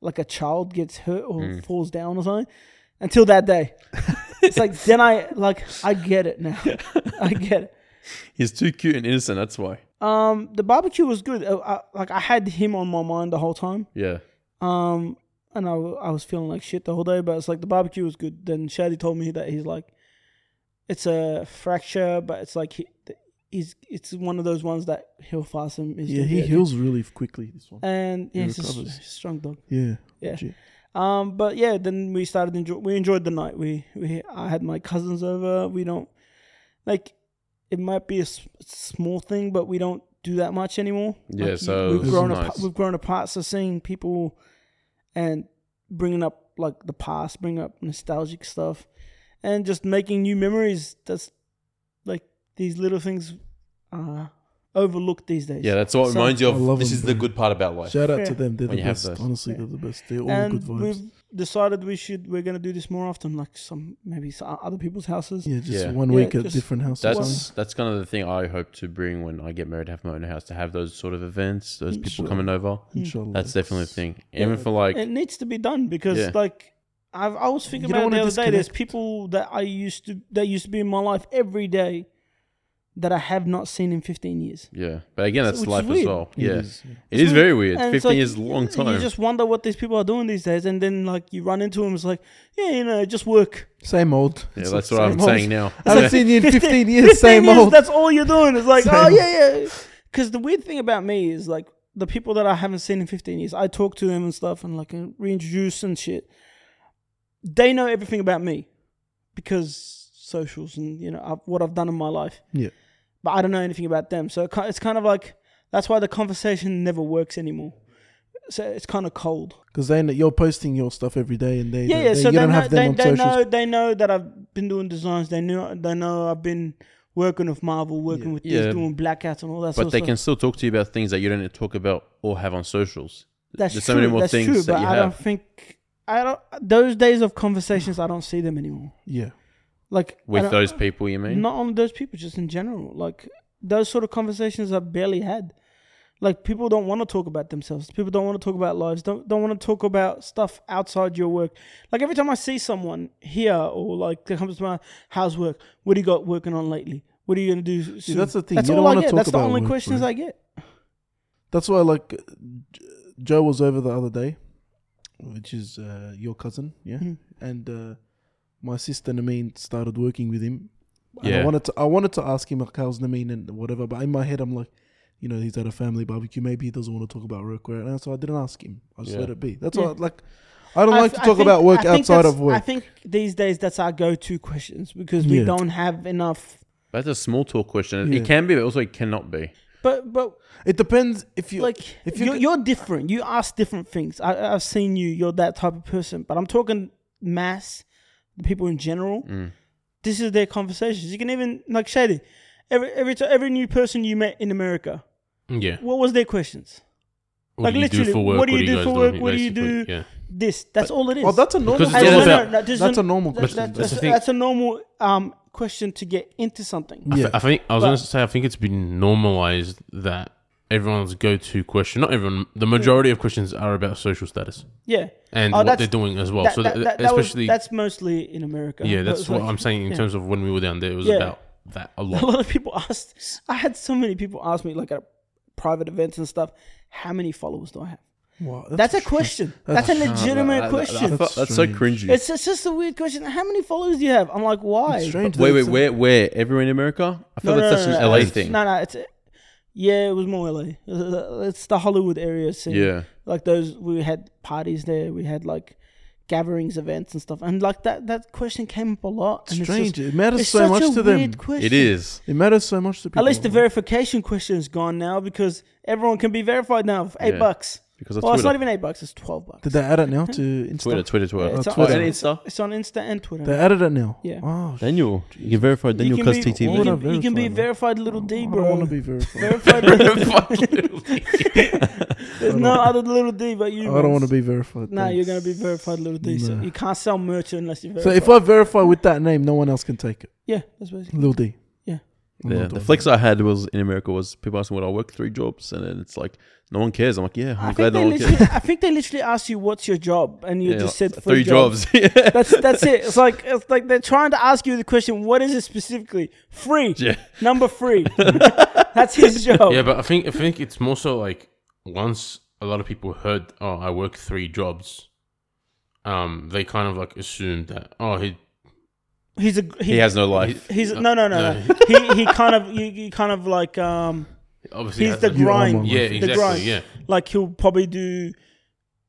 like a child gets hurt or Mm. falls down or something until that day. it's like then I like I get it now. I get it. He's too cute and innocent. That's why. Um, the barbecue was good. Uh, I, like I had him on my mind the whole time. Yeah. Um, and I, w- I was feeling like shit the whole day, but it's like the barbecue was good. Then Shadi told me that he's like, it's a fracture, but it's like he, th- he's it's one of those ones that he'll fasten. He's Yeah, gonna he be okay. heals really quickly, this one. And He yeah, he's a s- recovers. strong dog. Yeah. Yeah. Gee. Um, but yeah, then we started enjoy. We enjoyed the night. We we I had my cousins over. We don't like it might be a s- small thing, but we don't do that much anymore. Yeah, Like, so we've this is grown nice. apart. We've grown apart. So seeing people and bringing up like the past, bringing up nostalgic stuff, and just making new memories. That's like these little things are overlooked these days. Yeah, that's what So- reminds you I of love this him, is the bro. good part about life. Shout out Yeah. to them. They're When the you have best. those. Honestly, they're the best. They're all good and vibes. we've decided we should we're gonna do this more often, like some maybe s other people's houses. Yeah, just Yeah. one Yeah, week at just different houses. That's Well, that's kind of the thing I hope to bring when I get married, have my own house, to have those sort of events, those people Sure. coming over. Hmm. inshallah. That's definitely a thing. Yeah. Even for like, it needs to be done because Yeah. like I've, I was thinking You about don't it the other wanna day. There's disconnect. people that I used to that used to be in my life every day that I have not seen in 15 years. yeah. But again, So- that's which is life as weird. well. It yeah, is, yeah. it is very weird. And it's Fifteen like, years, is a long You time. just wonder what these people are doing these days, and then like you run into them, it's like, yeah, you know, just work. Same old. yeah, It's that's like what I'm same old. saying now. I haven't seen you in 15 years. 15 same years, old. That's all you're doing. It's like, Same oh old. yeah, yeah. Because the weird thing about me is like the people that I haven't seen in 15 years, I talk to them and stuff, and like and reintroduce and shit. They know everything about me because socials and you know i what I've done in my life. Yeah. But I don't know anything about them, so it ki- it's kind of like that's why the conversation never works anymore. So it's kind of cold. Because they know you're posting your stuff every day, and they Yeah, they, yeah. So they you don't know, have they, them they on socials. know they know that I've been doing designs. They know they know I've been working with Marvel, working Yeah. with these, Yeah. doing blackouts and all that. sort But of they stuff. can still talk to you about things that you don't talk about or have on socials. That's There's true. so many more that's things true, that but you I don't have. think I don't. Those days of conversations, I don't see them anymore. Yeah, Like I With don't- those people, you mean? not only those people, just in general. Like those sort of conversations are barely had. Like people don't want to talk about themselves. People don't want to talk about lives. Don't don't want to talk about stuff outside your work. Like every time I see someone here or like that comes to my house work, what do you got working on lately? What are you gonna do? soon?" that's the thing. That's You all don't I wanna get. talk That's the about only work, questions bro. I get. that's why. Like, J- Joe was over the other day, which is Hmm. uh, your cousin, yeah, and uh, my sister Nameen started working with him, And Yeah. I wanted to I wanted to ask him like how's Nameen and whatever, but in my head I'm like, you know, he's at a family barbecue. Maybe he doesn't want to talk about work, right? And so I didn't ask him. I just Yeah. let it be. That's Yeah. why like. I don't like th- to talk think- about work I think outside that's- of work. I think these days that's our go-to questions because we Yeah. don't have enough. That's a small talk question. Yeah. It can be, but also it cannot be. But but it depends if you like if you you are could- you're different. You ask different things. I, I've seen you. You're that type of person. But I'm talking mass, the people in general. Mm. This is their conversations. You can even like Shady. Every every ti- every new person you met in America, Yeah. what was their questions? What Like, do you do literally, for work? what do you do guys for doing? work? What do you Basically, do- Yeah. This. That's all it is. Oh, that's a normal. it's I- all no, no, about- no, this that's is a normal that- question. that- That's that's, the a- thing. that's a normal um, question to get into something. I Yeah. th- I think I was But- going to say I think it's been normalized that everyone's go-to question, not everyone, the majority of questions are about social status Yeah. and Oh, what that's- they're doing as well. That- so that- th- that- that was- especially that's mostly in America. yeah, But that's it's what like- I'm saying in yeah. terms of when we were down there. It was Yeah. about that a a lot. lot of people asked i had so many people ask me like at private events and stuff how many followers do i have Wow, that's, a question that's, a legitimate question That's, That's so strange. cringy. it's, it's just a weird question how many followers do you have i'm like why It's strange. wait, that wait, it's a- where, where? Everywhere in America? I no feel no, no, that's no, such no, an LA it's- thing. no no it's yeah it was more la it's the hollywood area scene yeah, like those we had parties there we had like gatherings events and stuff and like that that question came up a lot It's and strange. it's, just, it matters it's so such much a to them. weird question it is. It matters so much to people. At least the verification question is gone now because everyone can be verified now for eight Yeah. bucks. Because of well, it's Twitter. not even eight bucks; it's twelve bucks. Did they add it now to Insta? Twitter, Twitter, Twitter. Yeah, it's Oh, on- and Insta. It's on Insta and Twitter. They added it now. Yeah. Wow. sh- Daniel, you can verify you Daniel can, Cuz be, you, TTV. What a can, you can be verifier. verified little D, I don't bro. want to be verified. verified. little D. There's I no don't- other little D but you. I don't want to be verified. No, thanks. you're gonna be verified little D. So Nah. you can't sell merch unless you're So verified. if I verify with that name, no one else can take it. yeah, that's basically. Lil D. Yeah. I'm not Yeah, the doing flex I had was in America was people asking what I work three jobs, and then it's like no one cares. I'm like, yeah, I'm I think, glad they no one literally, cares. I think they literally asked you what's your job, and you Yeah, just like, said three jobs. jobs. yeah. That's that's it. It's like it's like they're trying to ask you the question. What is it specifically? Free. Yeah. Number three. that's his job. Yeah, but I think I think it's more so like once a lot of people heard, oh, I work three jobs. Um, they kind of like assumed that oh he uh, He's a he, He has no life. he's no no no No. no. he he kind of you, you kind of like um obviously he's has the a- You are my grind. life. yeah the exactly grind. yeah Like he'll probably do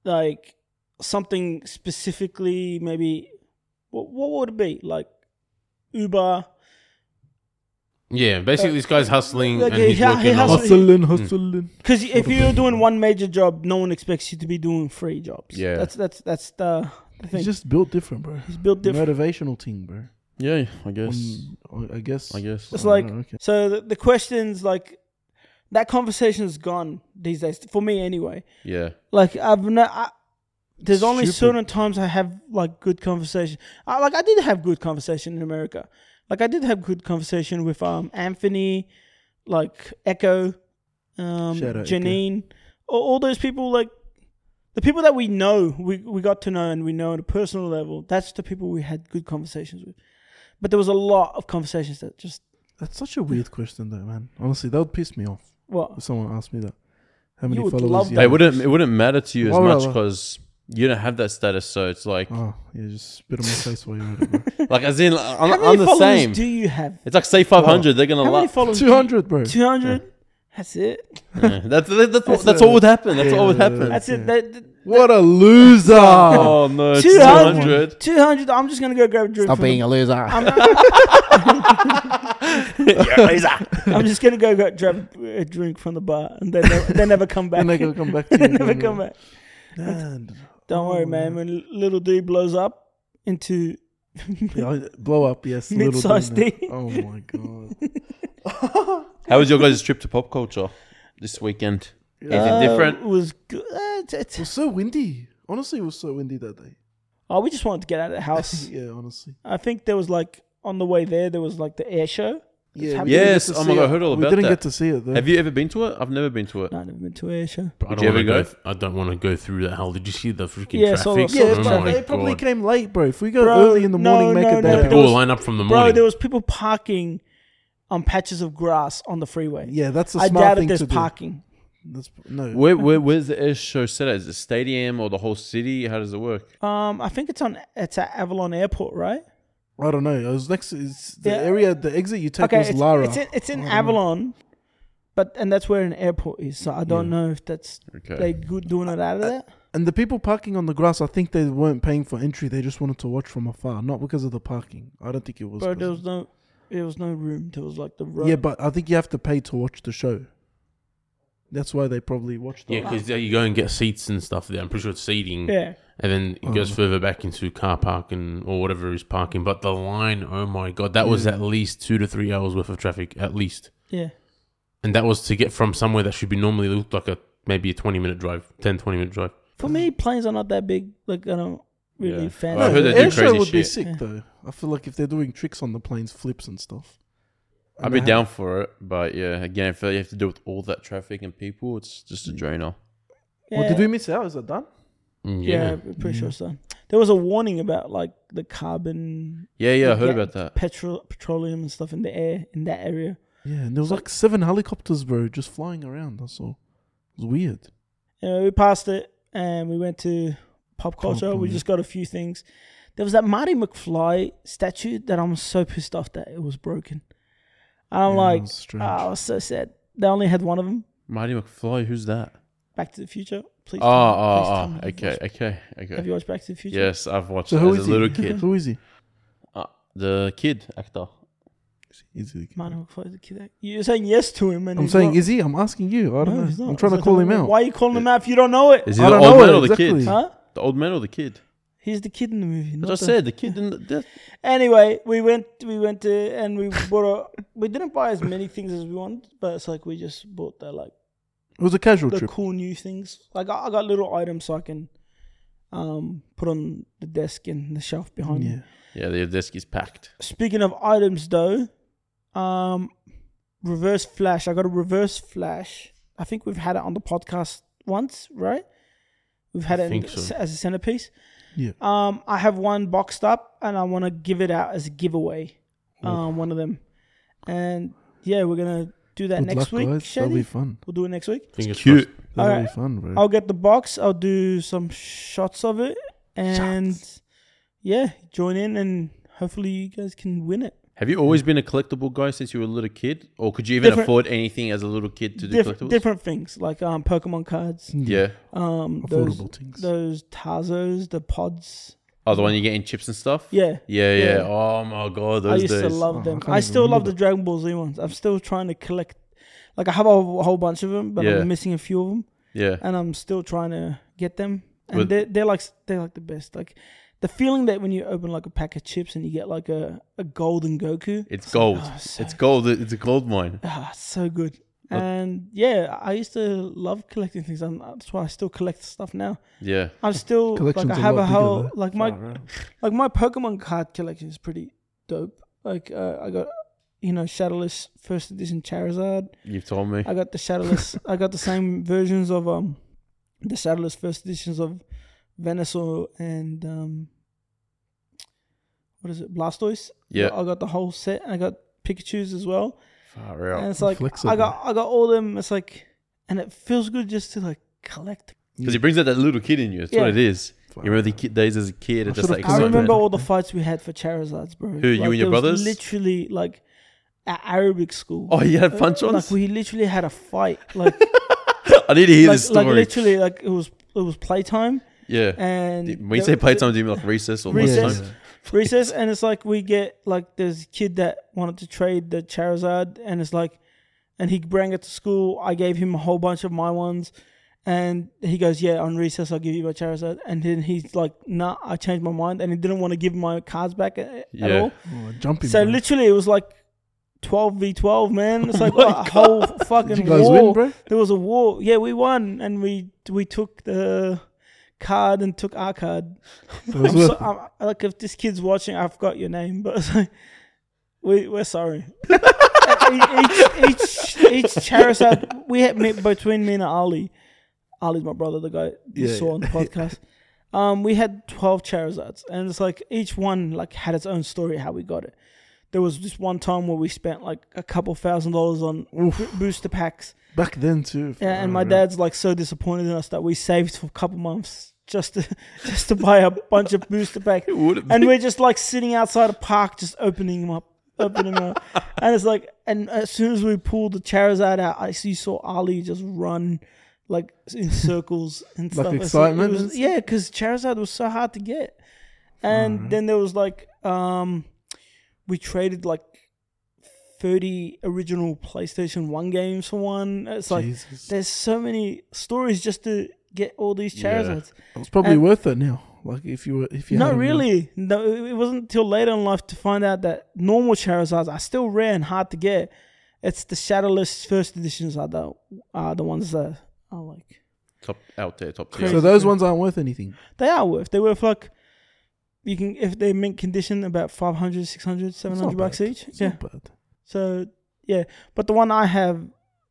like something specifically maybe what what would it be? Like Uber. yeah basically this guy's hustling like, and yeah, he's yeah, he working that. on hustles. Hustling, hustling. Because if you're doing one major job, no one expects you to be doing three jobs. Yeah. That's that's that's the, the thing. He's just built different, bro. He's built different. Motivational team, bro. Yeah, I guess. Mm, I I guess. I guess. It's I like don't know, okay. so the, the questions like that conversation's gone these days for me anyway. Yeah. Like I've no, I, there's only Stupid. certain times I have like good conversation. I, like I did have good conversation in America. Like I did have good conversation with um Anthony, like Echo, um Shout out Janine, all, all those people like. The people that we know, we, we got to know and we know on a personal level, that's the people we had good conversations with. But there was a lot of conversations that just, That's such a weird question, though, man. Honestly, that would piss me off what? if someone asked me that. How You many would followers? love you that. It have? wouldn't. It wouldn't matter to you as Why would I much wa- because you don't have that status. So it's like, Oh, yeah, just spit on my face while you're at it, bro. like as in, like, I'm, How many I'm the followers same. do you have? It's like say 500. They're gonna How many laugh. followers? 200, bro. 200? That's it. Yeah. That's that's that's, what- that's a- what would happen. That's what would Yeah. happen. That's Yeah. it. That, that- What a loser! Oh no, it's 200. 200. 200, I'm just going to go grab a drink. from the, a loser. I'm, I'm just going to go gra- grab a drink from the bar and then they, they never come back. and they gonna come back to you. They never come back. Man, Don't worry, man. When little D blows up into Yeah, I- blow up, yes. little Mid-sized dinner. D. Oh my god. How was your guys' trip to pop culture this weekend? Anything Um, uh, different? was good. Uh, it's- it's- It was so windy. Honestly, it was so windy that day. oh, we just wanted to get out of the house. Yeah, honestly. I think there was like on the way there, there was like the air show. Yeah, happening. we didn't Yes, get to oh my see God, I it. heard all we about didn't that. get to see it though. Have you ever been to it? I've never been to it. No, I've never been to an air show. But I Did you don't want to ever go? go. th- I don't want to go through that hell. Did you see the freaking Yeah, so- traffic? so- yeah, Oh but my they probably God. came late, bro. If we go Bro, early in the no, morning, make no, a no, day. Yeah, there out people of was- will line up from the Bro, morning. there was people parking on patches of grass on the freeway. it. Yeah, that's a I smart doubted thing there's to parking. do. That's, no, Where, where where's the air show set at? Is it stadium or the whole city? How does it work? Um, I think it's on it's at Avalon Airport, right? I don't know. I was next. It's the Yeah. area, the exit you take Okay, was it's, Lara. it's in, it's in I don't know. Avalon, but and that's where an airport is. So I don't know if that's Okay. they good doing it out of there. and the people parking on the grass, I think they weren't paying for entry. They just wanted to watch from afar, not because of the parking. I don't think it was. But there 'cause- was no there was no room. There was like the road. Yeah, but I think you have to pay to watch the show. That's why they probably watched. Yeah, the because you go and get seats and stuff there. I'm pretty sure it's seating. yeah. And then it Oh. goes further back into car parking or whatever is parking. But the line, oh my God, that was at least two to three hours worth of traffic, at least. Yeah. And that was to get from somewhere that should be normally looked like a maybe a 20 minute drive, 10, 20 minute drive. For me, planes are not that big. Like I don't really Yeah. fancy. Well, I No, heard they the do air show crazy would be shit. sick Yeah. though. I feel like if they're doing tricks on the planes, flips and stuff. I'd be down for it, but yeah, again, if you have to deal with all that traffic and people, it's just a Mm. drainer. yeah. Well, did we miss out? Is that done? Yeah, Mm, Yeah. I'm pretty sure so. There was a warning about like the carbon, Yeah, yeah, I Yeah. heard about that. petrol, petroleum, and stuff in the air in that area. Yeah, and there was like seven helicopters, bro, just flying around. That's all. It was weird. Anyway, we passed it and we went to pop culture. Pop, we yeah. just got a few things. There was that Marty McFly statue that I'm so pissed off that it was broken. And I'm Yeah, like, that's oh, strange. I was so sad. They only had one of them. Marty McFly, who's that? Back to the Future. Please. Oh, Ah, tell me- please tell oh, me oh, you've okay, watched- okay, Have okay. you watched Back to the Future? Yes, I've watched So it who as a is he? little kid. Who is he? Uh, the kid actor. Is he? Marty McFly's a kid. You're saying yes to him, and I'm he's saying, not- is he? I'm asking you. I don't No, he's know. not. I'm trying He's to not call the him one. out. Why are you calling him out if you don't know it? Is he the I don't old know man or the exactly. kid? Huh? Huh? The old man or the kid? He's the kid in the movie. not As I the- said, the kid didn't. that- Anyway, we went, we went to, and we bought a. We didn't buy as many things as we wanted, but it's like we just bought the like It was a casual the trip. cool new things. Like I, I got little items so I can, um, put on the desk and the shelf behind me. Yeah. Yeah, the desk is packed. Speaking of items, though, um, reverse flash. I got a reverse flash. I think we've had it on the podcast once, right? We've had I it think in, so. as a centerpiece. Yeah. Um, I have one boxed up, and I want to give it out as a giveaway. Um, one of them, and yeah, we're gonna do that Good next luck, week. guys. That'll Shadi. be fun. We'll do it next week. Fingers Cute. crossed. All That'll right. be fun, bro. I'll get the box. I'll do some shots of it, and yeah, join in, and hopefully you guys can win it. Have you always been a collectible guy since you were a little kid, or could you even Different- afford anything as a little kid to do Different collectibles? different things like um Pokemon cards, Yeah. um those Affordable things. those Tazos, the pods. Oh, the one you get in chips and stuff. Yeah, Yeah, yeah. Yeah. Oh my god, I those used days. to love Oh, I them. can't I, even still love remember the Dragon Ball Z ones. I'm still trying to collect. Like I have a whole, whole bunch of them, but Yeah. I'm missing a few of them, yeah. and I'm still trying to get them. And But- they're they're like they're like the best. Like the feeling that when you open like a pack of chips and you get like a a golden Goku. It's gold. oh, so It's gold. It's a gold mine. Ah, so good. But- And yeah, I used to love collecting things, and that's why I still collect stuff now. Yeah. I'm still like Collection's I a have lot a bigger, whole though. like my like my Pokemon card collection is pretty dope. Like uh, I got you know Shadowless first edition Charizard. You've told me. I got the Shadowless. I got the same versions of um the Shadowless first editions of Venusaur and um what is it Blastoise. Yeah. I got the whole set. I got Pikachu's as well. Far out. And it's like Flexible. I got I got all them. It's like, and it feels good just to like collect. Because it brings out that little kid in you. That's what Yeah. it is. Far You remember the kid days as a kid. I It's just should've like I Excitement. remember excitement. all the fights we had for Charizards, bro. Who, you and your there was brothers? Literally, like at Arabic school. Uh, Oh, you had punch like ons. we literally had a fight. Like, I need to hear this like, like story. literally, like it was it was playtime yeah. and When you the- say the- playtime, do you mean like recess or Recess. lunchtime? Yeah. recess and it's like we get like there's a kid that wanted to trade the Charizard and it's like and he bring it to school. I gave him a whole bunch of my ones and he goes, Yeah, on recess I'll give you my Charizard and then he's like, Nah, I changed my mind and he didn't want to give my cards back uh, at, at Yeah. all. Oh, jumping. So bro. literally it was like twelve v twelve, man. It's like what a whole fucking Oh Did you guys war. win, bro? There was a war. Yeah, we won and we we took the card and took our card. That was I'm worth so, I'm, like if this kid's watching, I've got your name, but it's like, we we're sorry. each each each Charizard we had met between me and Ali. Ali's my brother, the guy you Yeah, saw on the podcast. um, we had twelve Charizards, and it's like each one like had its own story how we got it. There was this one time where we spent like a couple thousand dollars on bo- booster packs, it. back then too. yeah, and my bro. dad's like so disappointed in us that we saved for a couple months just to just to buy a bunch of booster pack. would and we're just like sitting outside a park, just opening them up, opening them up. And it's like, and as soon as we pulled the Charizard out, I see saw Ali just run like in circles and Like stuff. It's excitement it and was, yeah, because Charizard was so hard to get. And Mm-hmm. then there was like, um, we traded like thirty original PlayStation One games for one. It's like Jesus. there's so many stories just to get all these Yeah. Charizards. It's probably and- worth it now. Like if you were, if you uh, Not had a- really. No, it- it wasn't until later in life to find out that normal Charizards are still rare and hard to get. It's the Shadowless first editions are the are the ones that I like. top out there, top Crazy. tier. So those ones aren't worth anything. They are worth. They worth like you can if they're mint condition about 500, 600, It's 700 not bucks bad. each. It's yeah. not bad. So yeah, but the one I have,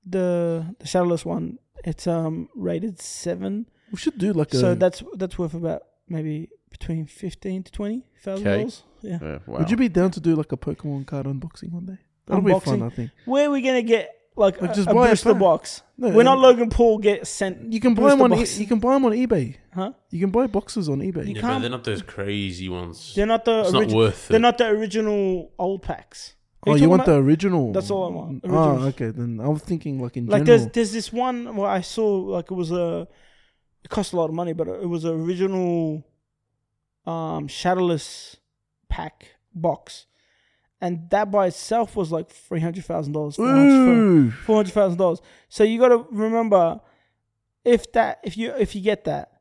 the the Shadowless one, it's um rated seven. We should do like a. So that's that's worth about maybe between fifteen to twenty thousand Okay. dollars. Yeah. Yeah, wow. Would you be down to do like a Pokemon card unboxing one day? That'll be fun, Unboxing? I think. Where are we gonna get like, Like, a, just a buy a booster pack. box? No, We're not uh, Logan Paul get sent, You can buy them booster on. E- box. you can buy 'em on eBay. huh? You can buy boxes on eBay. You Yeah, but can't- they're not those crazy ones. They're not the it's not original. worth They're it. not the original old packs. Are oh, you talking want about- the original? That's all I want, Oh, original. okay. Then I'm thinking like in like? There's general. there's this one where I saw like it was a. It cost a lot of money, but it was an original, um, shadowless pack box, and that by itself was like three hundred thousand dollars Oh, Ooh. four hundred thousand dollars. So you got to remember, if that if you if you get that,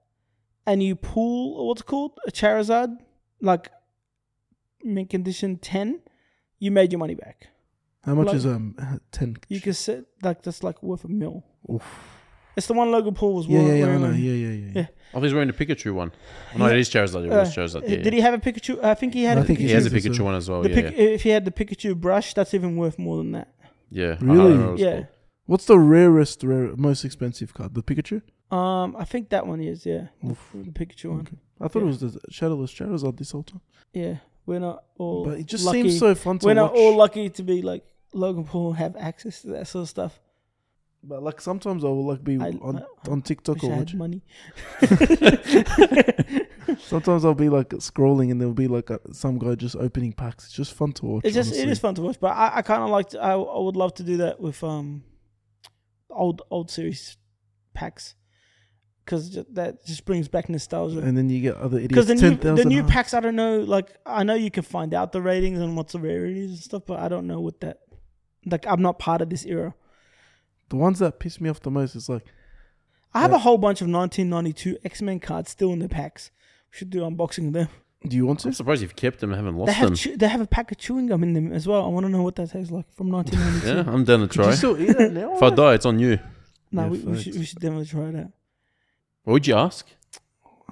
and you pull what's it called a Charizard, like mint condition ten, you made your money back. How much like- is um ten? You can sit like that's like worth a mil. Oof. It's the one Logan Paul was Yeah, yeah, wearing. yeah, I know. Yeah, yeah, um, yeah. Yeah. Oh, he's wearing the Pikachu one. Oh, no, it is Charizard. It Uh, was Charizard. Yeah, Did he have a Pikachu? I think he had. No, a I think He Pikachu. has a He's- Pikachu one as well. the Yeah, pic- if he had the Pikachu brush, that's even worth more than that. yeah. I can't Really? remember what it's Yeah. called. What's the rarest, rare, most expensive card? The Pikachu. Um, I think that one is yeah, the, the Pikachu one. Okay. I thought Yeah. it was the Shadowless Charizard this whole time. Yeah, we're not all. But it just lucky. seems so fun to we're watch. not all lucky to be like Logan Paul have access to that sort of stuff. but like sometimes I will like be I- on I- on TikTok Wish I or had watching. money. Sometimes I'll be like scrolling and there'll be like a, some guy just opening packs. It's just fun to watch. It's just it honestly. is fun to watch, but I, I kind of like to- I I would love to do that with um old old series packs because that just brings back nostalgia. And then you get other idiots. Because the new 10,000 the new high. packs, I don't know. Like I know you can find out the ratings and what's the rarities and stuff, but I don't know what that. Like I'm not part of this era. The ones that piss me off the most is like I have a whole bunch of 1992 X Men cards still in the packs. We should do unboxing of them. Do you want to? I'm surprised you've kept them and haven't They lost have them. chew- they have a pack of chewing gum in them as well. I want to know what that tastes like from 1992. Yeah, I'm down to Do you try. still eat it now? If I die, it's on you. No, Yeah, we, we facts. should we should definitely try it out. What would you ask?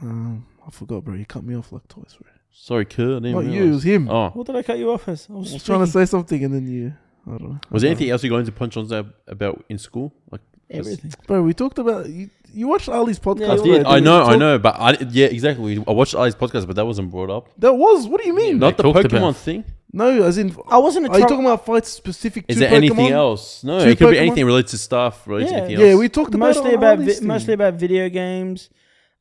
um, I forgot, bro. You cut me off like twice, bro. Sorry, Kerr. I didn't Not you, it realise. was him. Oh, What did I cut you off as? I was, I was trying to speaking. say something and then you. I don't know. was there anything else you got into punch ons ab- about in school? Like everything. Bro, we talked about. You, you watched Ali's Yeah, podcast. I I did. bro, did. I we know, I talked- know, but I yeah, exactly. I watched Ali's podcast, but that wasn't brought up. That was. What do you mean? Not the talked Pokemon about- thing. No, as in. I wasn't. A Are you tro- talking about fights specific Is to there Pokemon? anything else? No, Two it could be Pokemon? anything related to stuff, Yeah. related to anything Yeah, else. we talked about mostly it on about Ali's vi- thing. mostly about video games,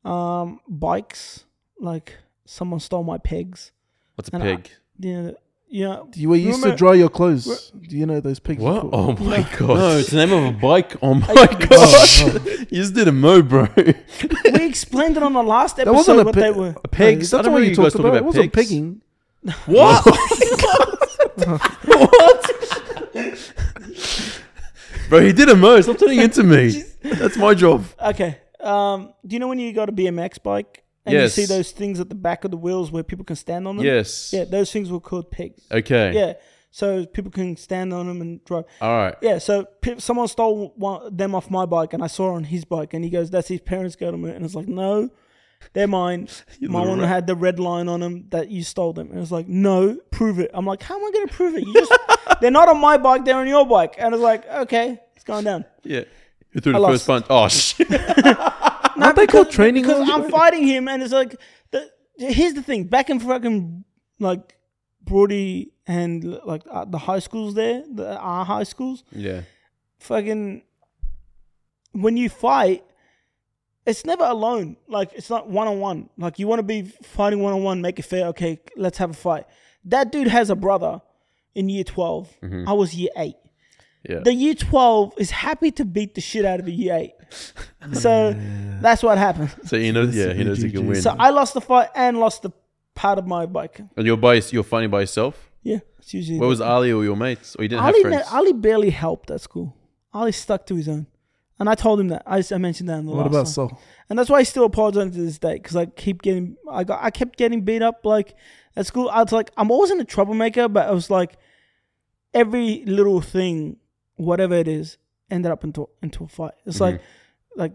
um, bikes. Like someone stole my pegs. What's a And I- peg? You know, you know You were used Remember- to dry your clothes. Do you know those pigs? What? Oh, Oh my god! No, it's the name of a bike. Oh my oh, gosh. You just did a mo, bro. we explained it on the last That wasn't episode a what pe- they were. Pegs. I That's don't know what you you guys talked talking about. about. It wasn't pegs. pegging. What? what? Bro, he did a mo. Stop turning into me. That's my job. Okay. Um, do you know when you got a BMX bike and Yes. you see those things at the back of the wheels where people can stand on them? Yes. Yeah, those things were called pegs. Okay. Yeah. So people can stand on them and drive. All right. Yeah. So pe- someone stole one, them off my bike, and I saw on his bike, and he goes, "That's his parents' got them," and it's like, "No, they're mine. my little one rat. had the red line on them that you stole them." And it's like, "No, prove it." I'm like, "How am I going to prove it? You just, they're not on my bike. They're on your bike." And it's like, "Okay, it's going down." Yeah. Who threw I the lost. first punch? Oh shit! No, they called because- training Because wheels? I'm fighting him, and it's like, the, here's the thing: back in fucking like Brody and like uh, the high schools there, the, our high schools, Yeah. fucking when you fight, it's never alone. Like it's not one on one. Like you want to be fighting one on one, make it fair. Okay, let's have a fight. That dude has a brother in year 12 I was year eight. Mm-hmm. Yeah. The year twelve is happy to beat the shit out of the year eight. So that's what happened. So he knows. Yeah, he knows he can win. So I lost the fight and lost the part of my bike. and you're by you're fighting by yourself. Yeah, it's usually Where was Ali or your mates? Or you didn't Ali, have friends? ne- Ali barely helped at school. Ali stuck to his own. And I told him that. I, I mentioned that in the What last time. about Sol? And that's why I still apologize to this day because I keep getting, I got, I kept getting beat up. Like at school, I was like, I'm always in a troublemaker, but I was like, every little thing, whatever it is, ended up into into a fight. It's like, Mm-hmm. like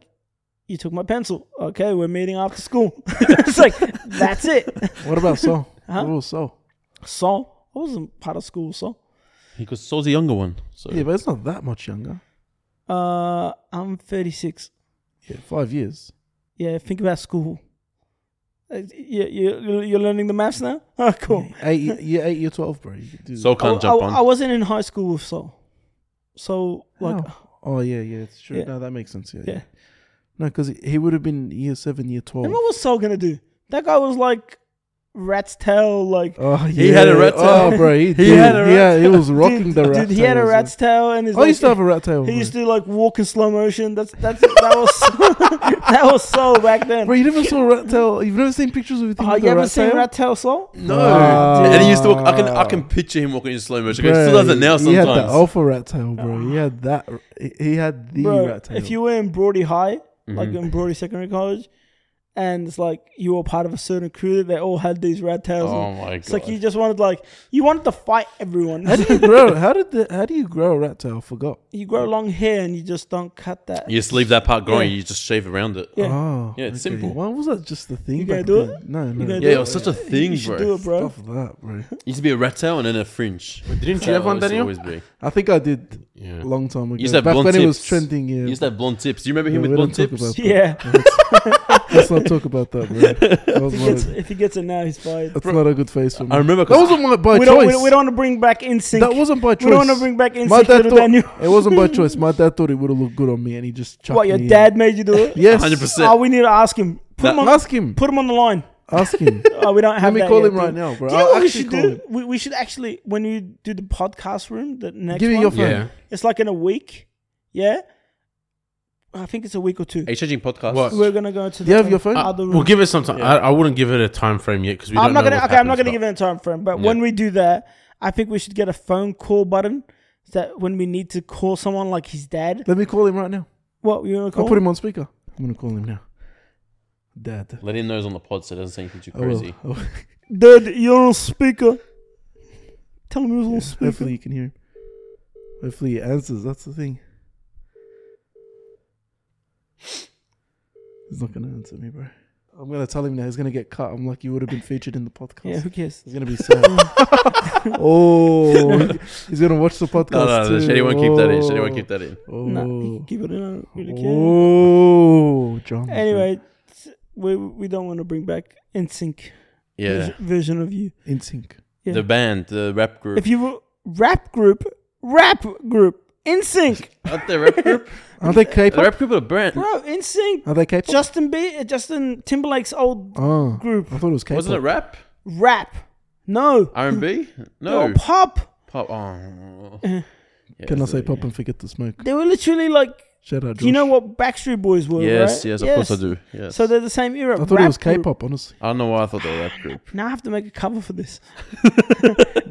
you took my pencil. Okay, we're meeting after school. it's like that's it. What about Sol? Huh? What about Sol? So I wasn't part of school. So Because Sol's the younger one. So Yeah, but it's not that much younger. uh, I'm 36. Yeah, five years. Yeah, think about school. Uh, yeah, you you're learning the maths now. Oh, cool. Eight, year eight, year twelve, bro. You could do Sol can't I, jump I- on. I wasn't in high school with Soul. So like How? oh yeah, yeah, it's true. Yeah. No, that makes sense. Yeah, yeah. Yeah. No, because he would have been year seven, year twelve. and what was Soul gonna do? That guy was like rat's tail, like Oh, yeah. He had a rat tail. Oh, bro, he, did. had a rat Yeah, he was rocking dude, the dude, rat he had a tails, rat's tail and his yeah. Oh, he like, used to have a rat tail. he bro. used to like walk in slow motion. That's that's that was that was Soul back then. Bro, you never saw a rat tail. You've never seen pictures of him Oh, with you a haven't rat seen tail. Rat Tail Soul? no. Ah. and he used to walk. I can I can picture him walking in slow motion. He Bro, still does it now Ah. He had the sometimes. alpha rat tail, bro. He had that. He he had the Bro, rat tail. if you were in Brody High, like in Brody Secondary College, and it's like you were part of a certain crew that they all had these rat tails. Oh and my it's god! like you just wanted like you wanted to fight everyone. how do you grow? How did the, how do you grow a rat tail? I forgot. you grow long hair and you just don't cut that. You just leave that part growing. Yeah. You just shave around it. Yeah. Oh, Yeah, it's simple. Why was that just the thing? You gonna back do then? it? No, no. gonna Yeah, do it was such a thing, you should bro. do it, bro. Off that, bro. It used to be a rat tail and then a fringe. Didn't you have one, That Daniel? used to Always be. I think I did Yeah. a long time ago. used to have Back blonde when it was tips. trending, He yeah. used to have blonde tips. Do you remember Yeah, him we with blonde don't talk tips? about- Yeah. Let's not talk about that, bro. That was If he, one gets, of- if he gets it now, he's fired. That's not a good face for me. I remember. that 'cause wasn't my, by We choice. don't, we, we don't want to bring back InSync. that wasn't by choice. we don't want to bring back my InSync, dad little thought, Daniel. it wasn't by choice. My dad thought it would have looked good on me, and he just chucked What, your me in. dad made you do it? Yes, 100%. Oh, we need to ask him. Put, That- him, on, Ask him. put him on the line. Ask him. Oh, we don't have Let me that call yet, him right dude. now, bro. Do you know I'll what we actually should call do? him. We, we should actually, when you do the podcast room, the next Give me one, your phone. yeah. it's like in a week. Yeah? I think it's a week or two. Are you changing podcast? What? We're going to go to the Do you have your phone? Uh, Other we'll room. give it some time. I, I wouldn't give it a time frame yet because we don't I'm not know gonna. Okay, what I'm not happens, gonna give it a time frame. But when Yeah. we do that, I think we should get a phone call button that when we need to call someone like his dad. Let me call him right now. What you wanna I'll call? put him on speaker. I'm gonna call him now. Dad. Let him know he's on the pod, so it doesn't say anything too I will. crazy. I will. Dad, you're on speaker. Tell him he was on speaker. Hopefully you can hear him. Hopefully he answers. That's the thing. He's not gonna answer me, bro. I'm gonna tell him now. He's gonna get cut. I'm like, you would have been featured in the podcast. Yeah, who cares? He's gonna be sad. oh, he- he's gonna watch the podcast. No, no, no. too. Shady won't keep that in. Shady won't Oh. keep that in. Oh, Nah, you can keep it in. I don't really care. oh, drama. Anyway, s- we we don't want to bring back NSYNC Yeah. vers- version of you. in sync. Yeah. The band, the rap group. If you were rap group, rap group, NSYNC, Not the rap group. Are they the K-pop? rap group are a brand. bro, NSYNC, Are they K-pop? Justin B, uh, Justin Timberlake's old oh, group. I thought it was K-pop. Wasn't it rap? rap. No. R and B? Oh, They No. were pop. Pop. Oh. Uh. Yeah, Can I that's say it. pop and forget to smoke? They were literally like, Shout out. do you Josh. know what Backstreet Boys were? Yes, right? yes, of course I do. Yes. So they're the same era. I thought it Rap was group. K-pop. Honestly. I don't know why I thought they were rap group. Now I have to make a cover for this.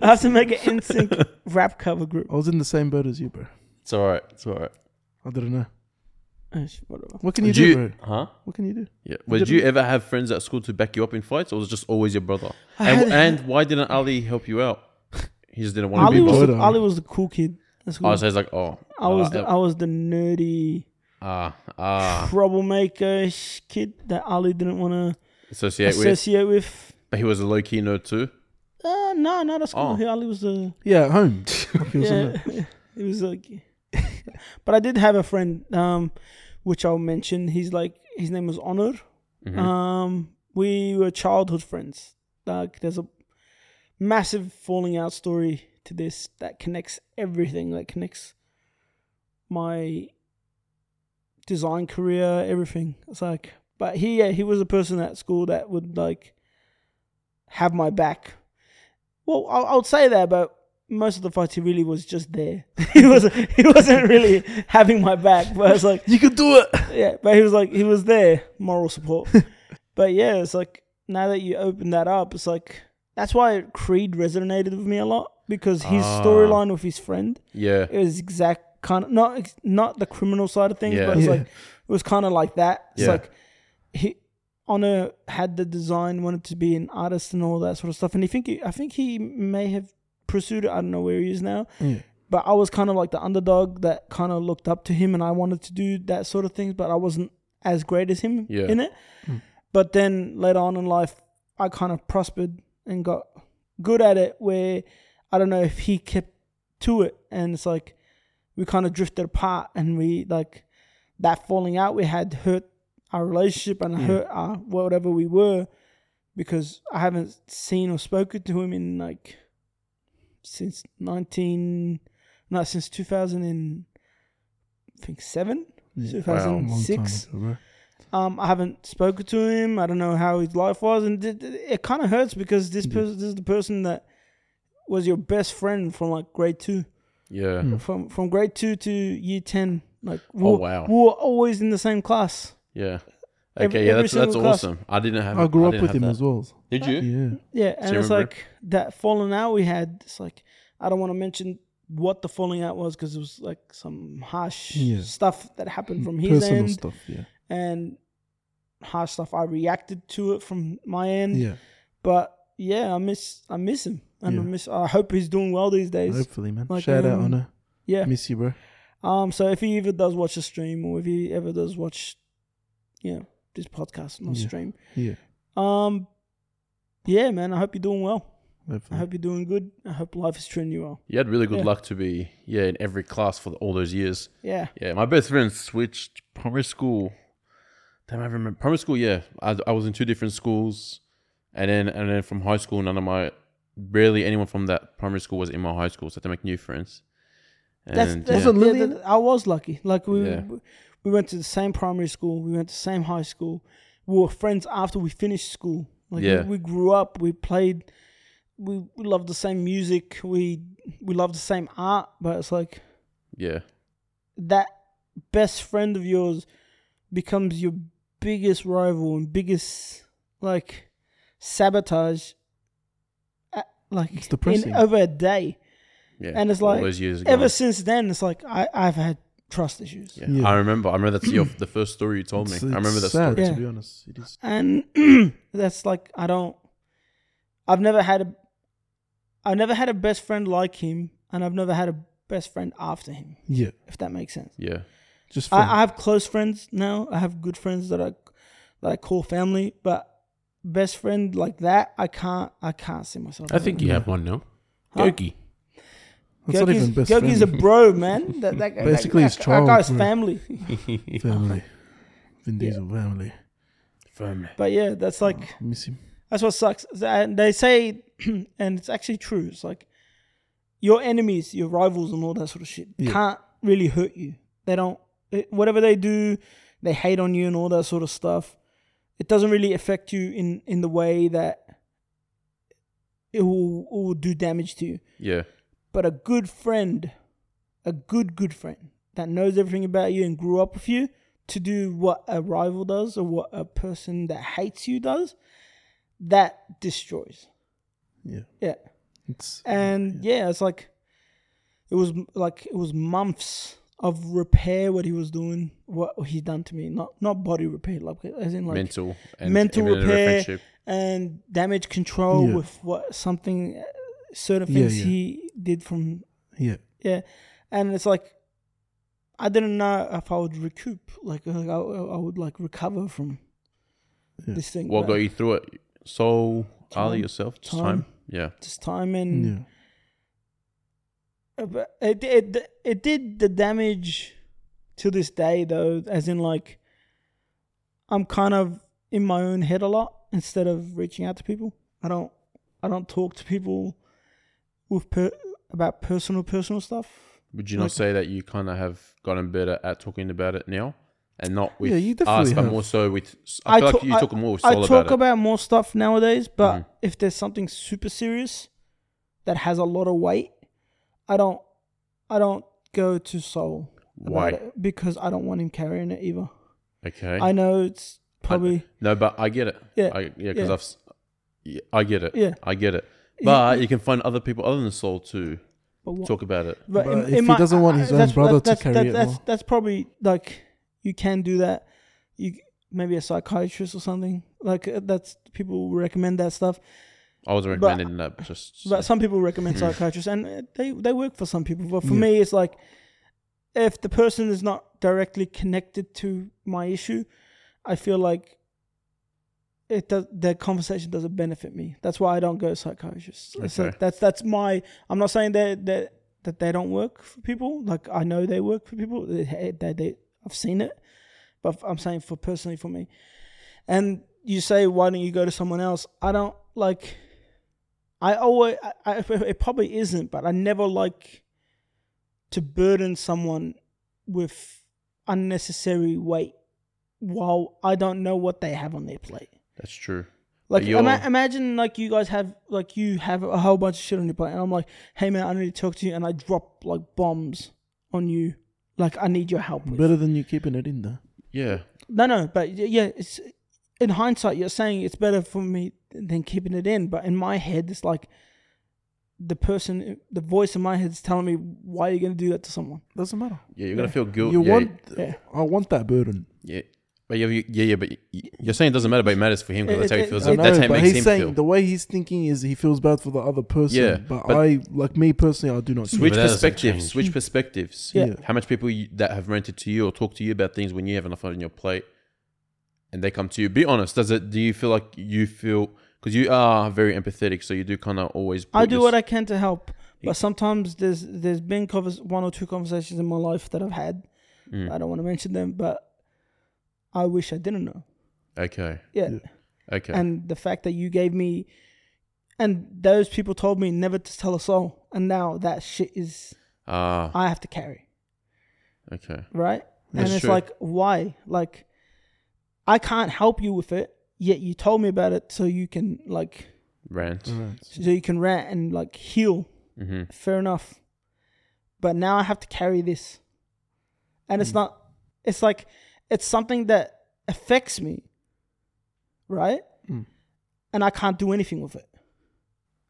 I have to make an NSYNC rap cover group. I was in the same boat as you, bro. It's all right. It's all right. I didn't know. Oh, sh- Whatever. What can you Did do, you- bro? Huh? What can you do? Yeah. Well, did you ever have friends at school to back you up in fights, or was it just always your brother? And, and why didn't Ali help you out? He just didn't want Ali to be was, bothered. the, bothered. Ali was the cool kid. That's cool. Oh, so he's like, oh, I was uh, the, I was the nerdy ah ah troublemaker sh- kid that Ali didn't want to associate with. associate with. But he was a low key nerd too. Uh, no, no, that's cool. Oh. He- Ali was the Yeah, at home. Like it was on yeah, it was like. but I did have a friend, um, which I'll mention. He's like his name was Honor. Mm-hmm. Um, we were childhood friends. Like there's a massive falling out story to this that connects everything. That connects my design career, everything. It's like, but he, yeah, he was a person at school that would like have my back. Well, I, I would say that, but most of the fights he really was just there. he was he wasn't really having my back, but it's like You could do it. yeah, but he was like he was there, moral support. but yeah, it's like now that you open that up, it's like that's why Creed resonated with me a lot because his Ah. storyline with his friend Yeah. it was exact kind of not ex- not the criminal side of things, Yeah. but it's Yeah. like it was kind of like that. It's Yeah. like he Honor had the design, wanted to be an artist and all that sort of stuff, and he think he, I think he may have pursued it. I don't know where he is now, Yeah. but I was kind of like the underdog that kind of looked up to him, and I wanted to do that sort of things, but I wasn't as great as him Yeah. in it. But then later on in life, I kind of prospered and got good at it. Where I don't know if he kept to it, and it's like we kind of drifted apart, and we like that falling out we had hurt our relationship and hurt our whatever we were because I haven't seen or spoken to him in like since nineteen, not since two thousand and I think seven, two thousand six. Um, I haven't spoken to him. I don't know how his life was, and it, it kind of hurts because this person, this is the person that was your best friend from like grade two, Yeah. from from grade two to year ten. Like, we Oh, were- wow. we were always in the same class. Yeah. Every- Okay, yeah, every that's that's single class. awesome. I didn't have. I grew up didn't with have him that. as well. Did you? Yeah. Yeah, and you it's remember? like that falling out we had. It's like I don't want to mention what the falling out was because it was like some harsh Yeah. stuff that happened from his Personal end stuff. Yeah. and harsh stuff. I reacted to it from my end. Yeah. But yeah, I miss I miss him, and Yeah. I miss. I hope he's doing well these days. Hopefully, man. like, Shout out um, on her. Yeah. Miss you, bro. Um. So if he ever does watch a stream, or if he ever does watch, you know, this podcast, not Yeah. stream. Yeah. Um. Yeah, man. I hope you're doing well. I Hopefully. hope you're doing good. I hope life is treating you well. You had really good Yeah. luck to be yeah in every class for the, all those years. Yeah. Yeah, my best friend switched primary school. Damn, I remember primary school. Yeah, I, I was in two different schools, and then and then from high school, none of my barely anyone from that primary school was in my high school, so I had to make new friends. And That's, that's yeah, Wasn't yeah, Lillian- that- I was lucky. Like we Yeah. we went to the same primary school. We went to the same high school. We were friends after we finished school. Like Yeah. we, we grew up. We played. We, we loved the same music. We we loved the same art. But it's like yeah, that best friend of yours becomes your biggest rival and biggest like sabotage. At, like It's depressing. in over a day. yeah. And it's all like, those years Ever gone. since then, it's like I I've had trust issues. Yeah. Yeah. I remember. I remember that's your, the first story you told me. It's- I remember it's that sad, story. story. To Yeah. be honest, it is. and that's like I don't. I've never had a. I've never had a best friend like him, and I've never had a best friend after him. Yeah. If that makes sense. Yeah, Just friends. I, I have close friends now. I have good friends that I that I call family, but best friend like that, I can't. I can't see myself. I think you have one now. Huh? Goki. It's not Goki's- even best Goki's friend. a bro, man. That, that, that- Basically, that, his that, child, guy's bro. family. family. Vin Diesel family. But yeah, that's like Miss him. That's what sucks. Is that- And they say, and it's actually true. It's like your enemies, your rivals, and all that sort of shit Yeah. can't really hurt you. They don't. It, whatever they do, they hate on you and all that sort of stuff. It doesn't really affect you in in the way that it will, it will do damage to you. yeah, But a good friend, a good good friend that knows everything about you and grew up with you, to do what a rival does or what a person that hates you does, that destroys. Yeah. Yeah. It's And yeah, it's like it was m- like it was months of repair what he was doing, what he done to me. Not not body repair, like as in like mental and mental even in a repair friendship. and damage control Yeah. with what something uh, certain Yeah, things yeah. he did from yeah. yeah, and it's like I didn't know if I would recoup, like, uh, I, I would like recover from Yeah. this thing. What but got you through it? Soul, Ali, Time. yourself, just Time. time. Yeah, Just time and Yeah. Uh, but it, it it did the damage to this day though, as in like I'm kind of in my own head a lot instead of reaching out to people. I don't I don't talk to people with per, about personal personal stuff. Would you not Like- say that you kind of have gotten better at talking about it now and not with Yeah, you us, definitely but have. more so with. I, feel talk- like you talk more with I Saul talk about, about more stuff nowadays, but Mhm. if there's something super serious that has a lot of weight, I don't, I don't go to Soul. about Why? it because I don't want him carrying it either. it. Okay. I know it's probably no, but I get it. Yeah, I, yeah, because yeah. I've. s- Yeah, I get it. Yeah. I get it. Yeah. But you can find other people other than Saul to but what- talk about it. But, But in- if in he my- doesn't want his I- own that's- brother to that's, carry that's, it that's, more. that's probably like you can do that. You maybe a psychiatrist or something like uh, that's people recommend that stuff. I was recommending that. Just But some people recommend Mm. psychiatrists, and uh, they they work for some people. But for Yeah. me, it's like if the person is not directly connected to my issue, I feel like it does. Their conversation doesn't benefit me. That's why I don't go to psychiatrists. It's Okay. like, that's that's my. I'm not saying that that that they don't work for people. Like I know they work for people. They, they, they I've seen it, but I'm saying for personally for me, and you say why don't you go to someone else? I don't like. I always, I, I, it probably isn't, but I never like to burden someone with unnecessary weight while I don't know what they have on their plate. that's true. Like you're- ima- imagine like you guys have like you have a whole bunch of shit on your plate, and I'm like, hey man, I need to talk to you, and I drop like bombs on you, like I need your help. With. Better than you keeping it in there. Yeah. No, no, but y- yeah, it's in hindsight, you're saying it's better for me than keeping it in. But in my head, it's like the person, the voice in my head is telling me, why are you going to do that to someone? Doesn't matter. Yeah, you're gonna feel guilt. You yeah, want? Yeah. I want that burden. Yeah. But yeah, you- yeah, yeah, but y- y- you're saying it doesn't matter, but it matters for him because that's how he It- it- feels. I I know, that's how it but makes he's him saying feel. the way he's thinking is he feels bad for the other person. Yeah, but, but- I, like me personally, I do not. do Switch but that doesn't perspectives. change. Switch perspectives. Hmm. Yeah. How much people you, that have rented to you or talk to you about things when you have enough on your plate, and they come to you. Be honest. Does it? Do you feel like you feel because you are very empathetic, so you do kind of always. I do what I. I can to help, but sometimes there's there's been covers one or two conversations in my life that I've had. Mm. I don't want to mention them, but I wish I didn't know. Okay. Yeah. Okay. and the fact that you gave me, and those people told me never to tell a soul, and now that shit is Ah. I have to carry. okay. right? That's and it's true. like, why? Like, I can't help you with it. Yet you told me about it, so you can like, Rant. Right. so you can rant and like heal. Mm-hmm. Fair enough. But now I have to carry this, and it's not. It's like it's something that affects me, right? Mm. And I can't do anything with it.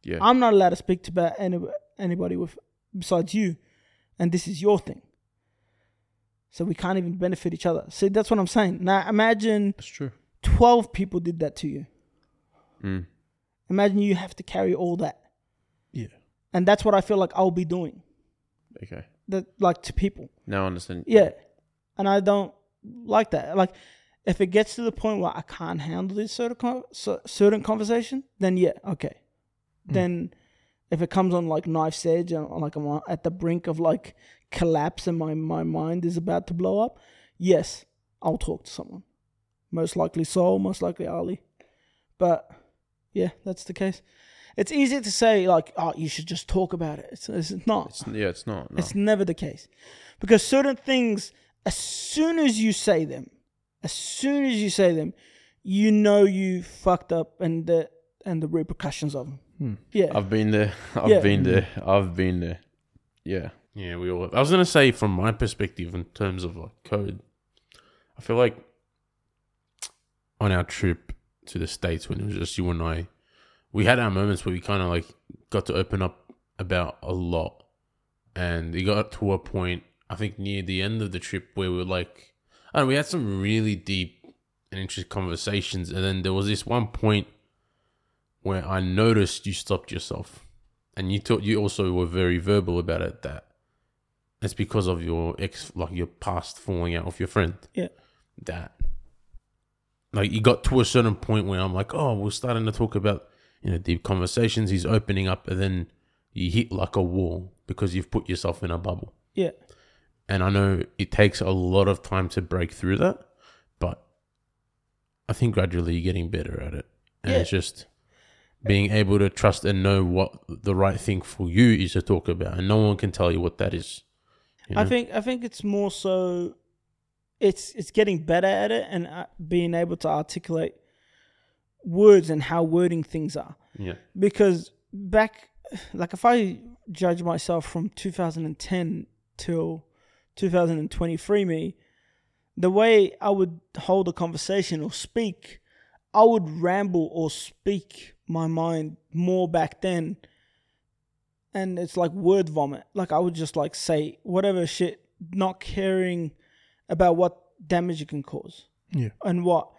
Yeah. I'm not allowed to speak to about any, anybody with besides you, and this is your thing. So we can't even benefit each other. See, that's what I'm saying. Now imagine that's true. 12 people did that to you. Mm. Imagine you have to carry all that, Yeah. and that's what I feel like I'll be doing. Okay. That like to people, Now I understand. yeah. And I don't like that. Like, if it gets to the point where I can't handle this certain con- cer- certain conversation, then yeah, okay. Then if it comes on like knife's edge and like I'm on- at the brink of like collapse and my, my mind is about to blow up, yes, I'll talk to someone. Most likely Saul, most likely Ali. But yeah, that's the case. It's easier to say like, oh, you should just talk about it. It's, it's not. It's, yeah. It's not. No. It's never the case. Because certain things, as soon as you say them, as soon as you say them, you know you fucked up and the and the repercussions of them. Yeah. I've been there. I've Yeah. Mm. been there. I've been there. Yeah. Yeah, we all have. I was gonna say from my perspective in terms of like code, I feel like on our trip to the States when it was just you and I, we had our moments where we kinda like got to open up about a lot. And it got up to a point, I think near the end of the trip where we were like I don't know, we had some really deep and interesting conversations and then there was this one point where I noticed you stopped yourself. And you thought you also were very verbal about it that it's because of your ex like your past falling out with your friend. Yeah. That like you got to a certain point where I'm like, oh, we're starting to talk about, you know, deep conversations, he's opening up and then you hit like a wall because you've put yourself in a bubble. yeah. And I know it takes a lot of time to break through that, but I think gradually you're getting better at it. And it's just being able to trust and know what the right thing for you is to talk about. And no one can tell you what that is. you I know? think I think it's more so it's it's getting better at it and uh, being able to articulate words and how wording things are Yeah. because back like if i judge myself from 2010 till 2023 me the way i would hold a conversation or speak i would ramble or speak my mind more back then and it's like word vomit like i would just like say whatever shit not caring about what damage it can cause Yeah. and what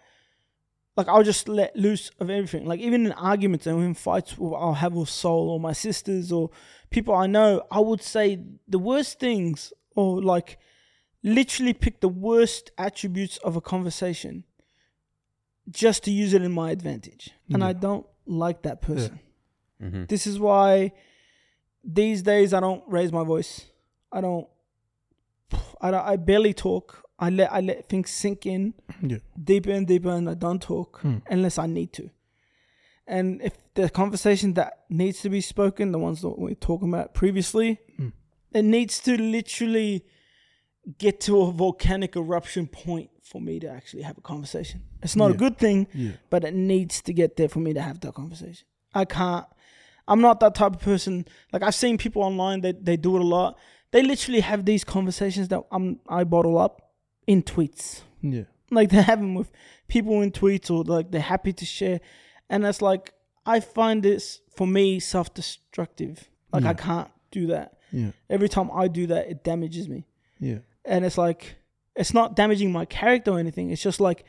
like I'll just let loose of everything. Like even in arguments and in fights I'll have with Soul or my sisters or people I know, I would say the worst things or like literally pick the worst attributes of a conversation just to use it in my advantage. And I don't like that person. This is why these days I don't raise my voice. I don't I, don't- I barely talk. I let I let things sink in Yeah. deeper and deeper and I don't talk unless I need to. And if the conversation that needs to be spoken, the ones that we were talking about previously, it needs to literally get to a volcanic eruption point for me to actually have a conversation. It's not a good thing, but it needs to get there for me to have that conversation. I can't I'm not that type of person. Like I've seen people online that they do it a lot. They literally have these conversations that I'm I bottle up in tweets Yeah. like they have them with people in tweets or like they're happy to share and that's like i find this for me self-destructive like i can't do that Yeah. every time i do that it damages me Yeah. and it's like it's not damaging my character or anything it's just like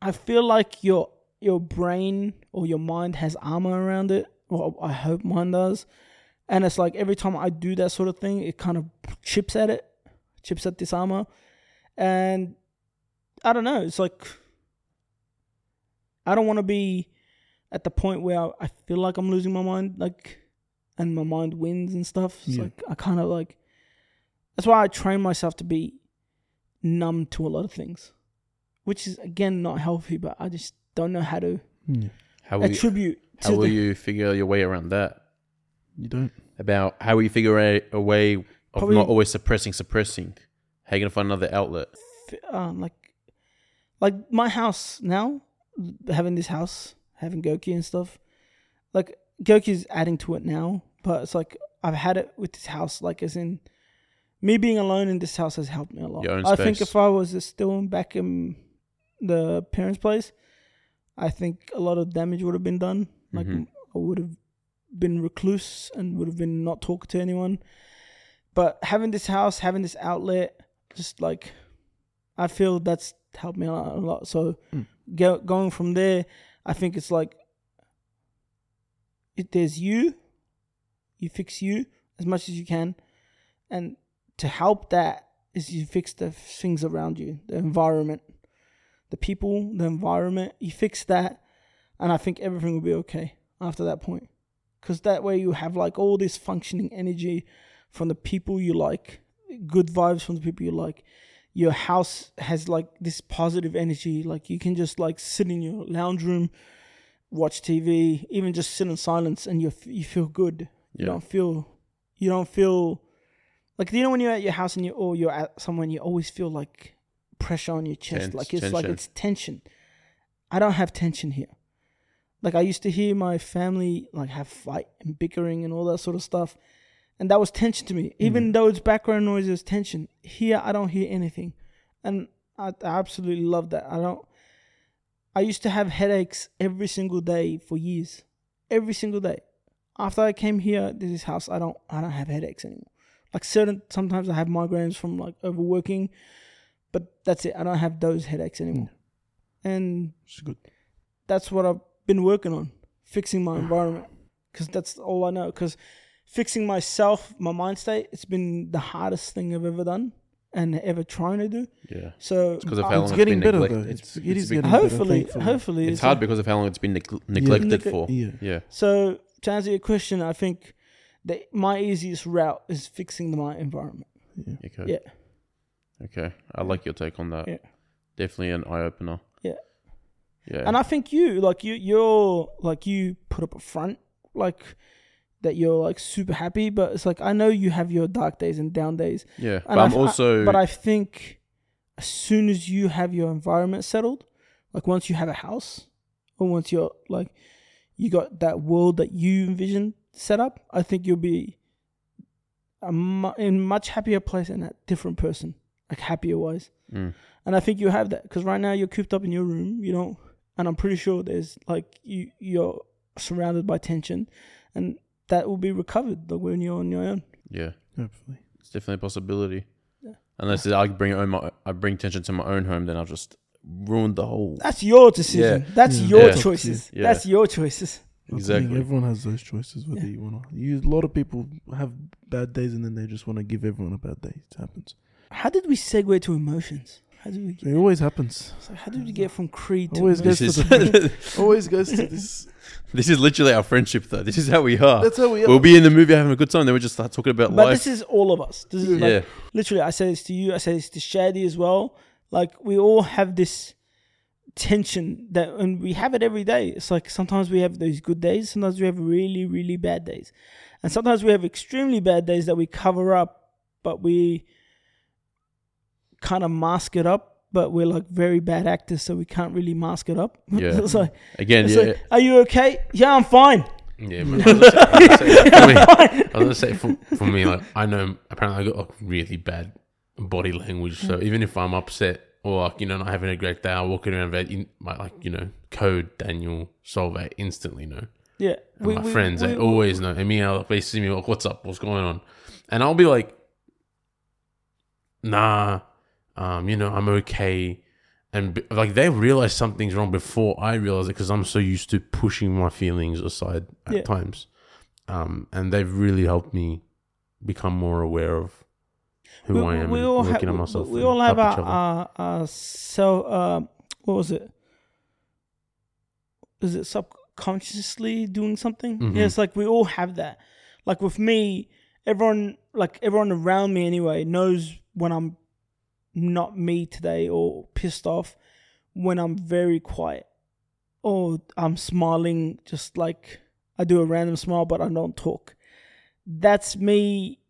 i feel like your your brain or your mind has armor around it or i hope mine does and it's like every time i do that sort of thing it kind of chips at it chips at this armor and i don't know it's like i don't want to be at the point where I- i feel like i'm losing my mind like and my mind wins and stuff it's Yeah. like i kind of like that's why I train myself to be numb to a lot of things, which is again not healthy. But I just don't know how to Yeah. How will, you, attribute how to will the, you figure your way around that? You don't. About how will you figure a, a way of Probably- not always suppressing, suppressing? How you gonna find another outlet? uh, like like my house now, having this house, having Goki and stuff. Like Goki's adding to it now, but it's like I've had it with this house. Like as in me being alone in this house has helped me a lot. Your own I think space. if I was still back in the parents' place, I think a lot of damage would have been done. Like Mhm. I would have been recluse and would have been not talking to anyone. But having this house, having this outlet, just like I feel that's helped me a lot. a lot. So go, going from there, I think it's like if there's you, you fix you as much as you can, and to help that is you fix the things around you, the environment, the people, the environment. You fix that, and I think everything will be okay after that point, because that way you have like all this functioning energy from the people you like, good vibes from the people you like. Your house has like this positive energy. Like you can just like sit in your lounge room, watch TV, even just sit in silence, and you you feel good. You Yeah. don't feel you don't feel like you know when you're at your house and you or you're at somewhere and you always feel like pressure on your chest. Tense- like it's like tension. it's tension. I don't have tension here. Like I used to hear my family like have fight and bickering and all that sort of stuff and that was tension to Mm. me. Even though it's background noise, it's tension. Here, I don't hear anything, and I, I absolutely love that. I don't. I used to have headaches every single day for years, every single day. After I came here to this house, I don't. I don't have headaches anymore. Like certain, sometimes I have migraines from like overworking, but that's it. I don't have those headaches anymore, Hmm. and It's good. that's what I've been working on, fixing my environment, because that's all I know. Because fixing myself, my mind state, it's been the hardest thing I've ever done and ever trying to do. Yeah, So because of I- how long It's it's getting been better neglect- though. It's, It's, it is been- getting hopefully, better. thankfully. hopefully, it's hard because of how long it's been neg- neglected for. Yeah. Yeah, So to answer your question, I think that my easiest route is fixing my environment. Okay. Yeah. Okay. I like your take on that. Yeah. Definitely an eye opener. Yeah. Yeah. And I think you, like you, you're like you put up a front, like that you're like super happy, but it's like I know you have your dark days and down days. yeah. But And I'm I- also but I think as soon as you have your environment settled, like once you have a house, or once you're like you got that world that you envision set up, I think you'll be a mu- in much happier place and a different person, like happier wise. Mm. And I think you have that because right now you're cooped up in your room, you know, and I'm pretty sure there's like you you're surrounded by tension, and that will be recovered like when you're on your own. Yeah, Hopefully. it's definitely a possibility. Yeah. Unless I bring home my, I bring tension to my own home, then I'll just ruin the whole. That's your decision. Yeah. Mm. That's Yeah. your Yeah. choices. Yeah. That's your choices. That's the thing, Exactly. Everyone has those choices whether Yeah. you want to. You, a lot of people have bad days and then they just want to give everyone a bad day. It happens. How did we segue to emotions? How did we get? It always happens. it's like, how did we get from Creed to Always emotions? This goes to is the. always goes to this. this is literally our friendship, though. This is how we are. That's how we are. We'll be in the movie having a good time. Then we just start talking about But life. this is all of us. This is like yeah, literally. I say this to you. I say this to Shady as well. Like we all have this tension that, and we have it every day. It's like sometimes we have those good days. Sometimes we have really, really bad days, and sometimes we have extremely bad days that we cover up, but we kind of mask it up. But we're like very bad actors, so we can't really mask it up. Yeah. it's like again, It's yeah, like, are you okay? Yeah, I'm fine. Yeah, man. I was gonna say- I was gonna say- I was gonna say for, for me, like I know apparently I got like, really bad body language, so even if I'm upset or like you know not having a great day, I walk around that in my like you know code Daniel Solvay instantly know. Yeah, And my friends, they always know. And me, I'll- they see me like, "What's up? What's going on?" And I'll be like, "Nah, um, you know, I'm okay." And b- like they realize something's wrong before I realize it because I'm so used to pushing my feelings aside at Yeah. times. Um, and they've really helped me become more aware of who I am and all looking ha- at myself. We, we and all have help our, um, each other. our, our self. Um, what was it? Is it subconsciously doing something? Mhm. Yeah, it's like we all have that. Like with me, everyone, like everyone around me anyway, knows when I'm not me today or pissed off, when I'm very quiet or I'm smiling, just like I do a random smile, but I don't talk. That's me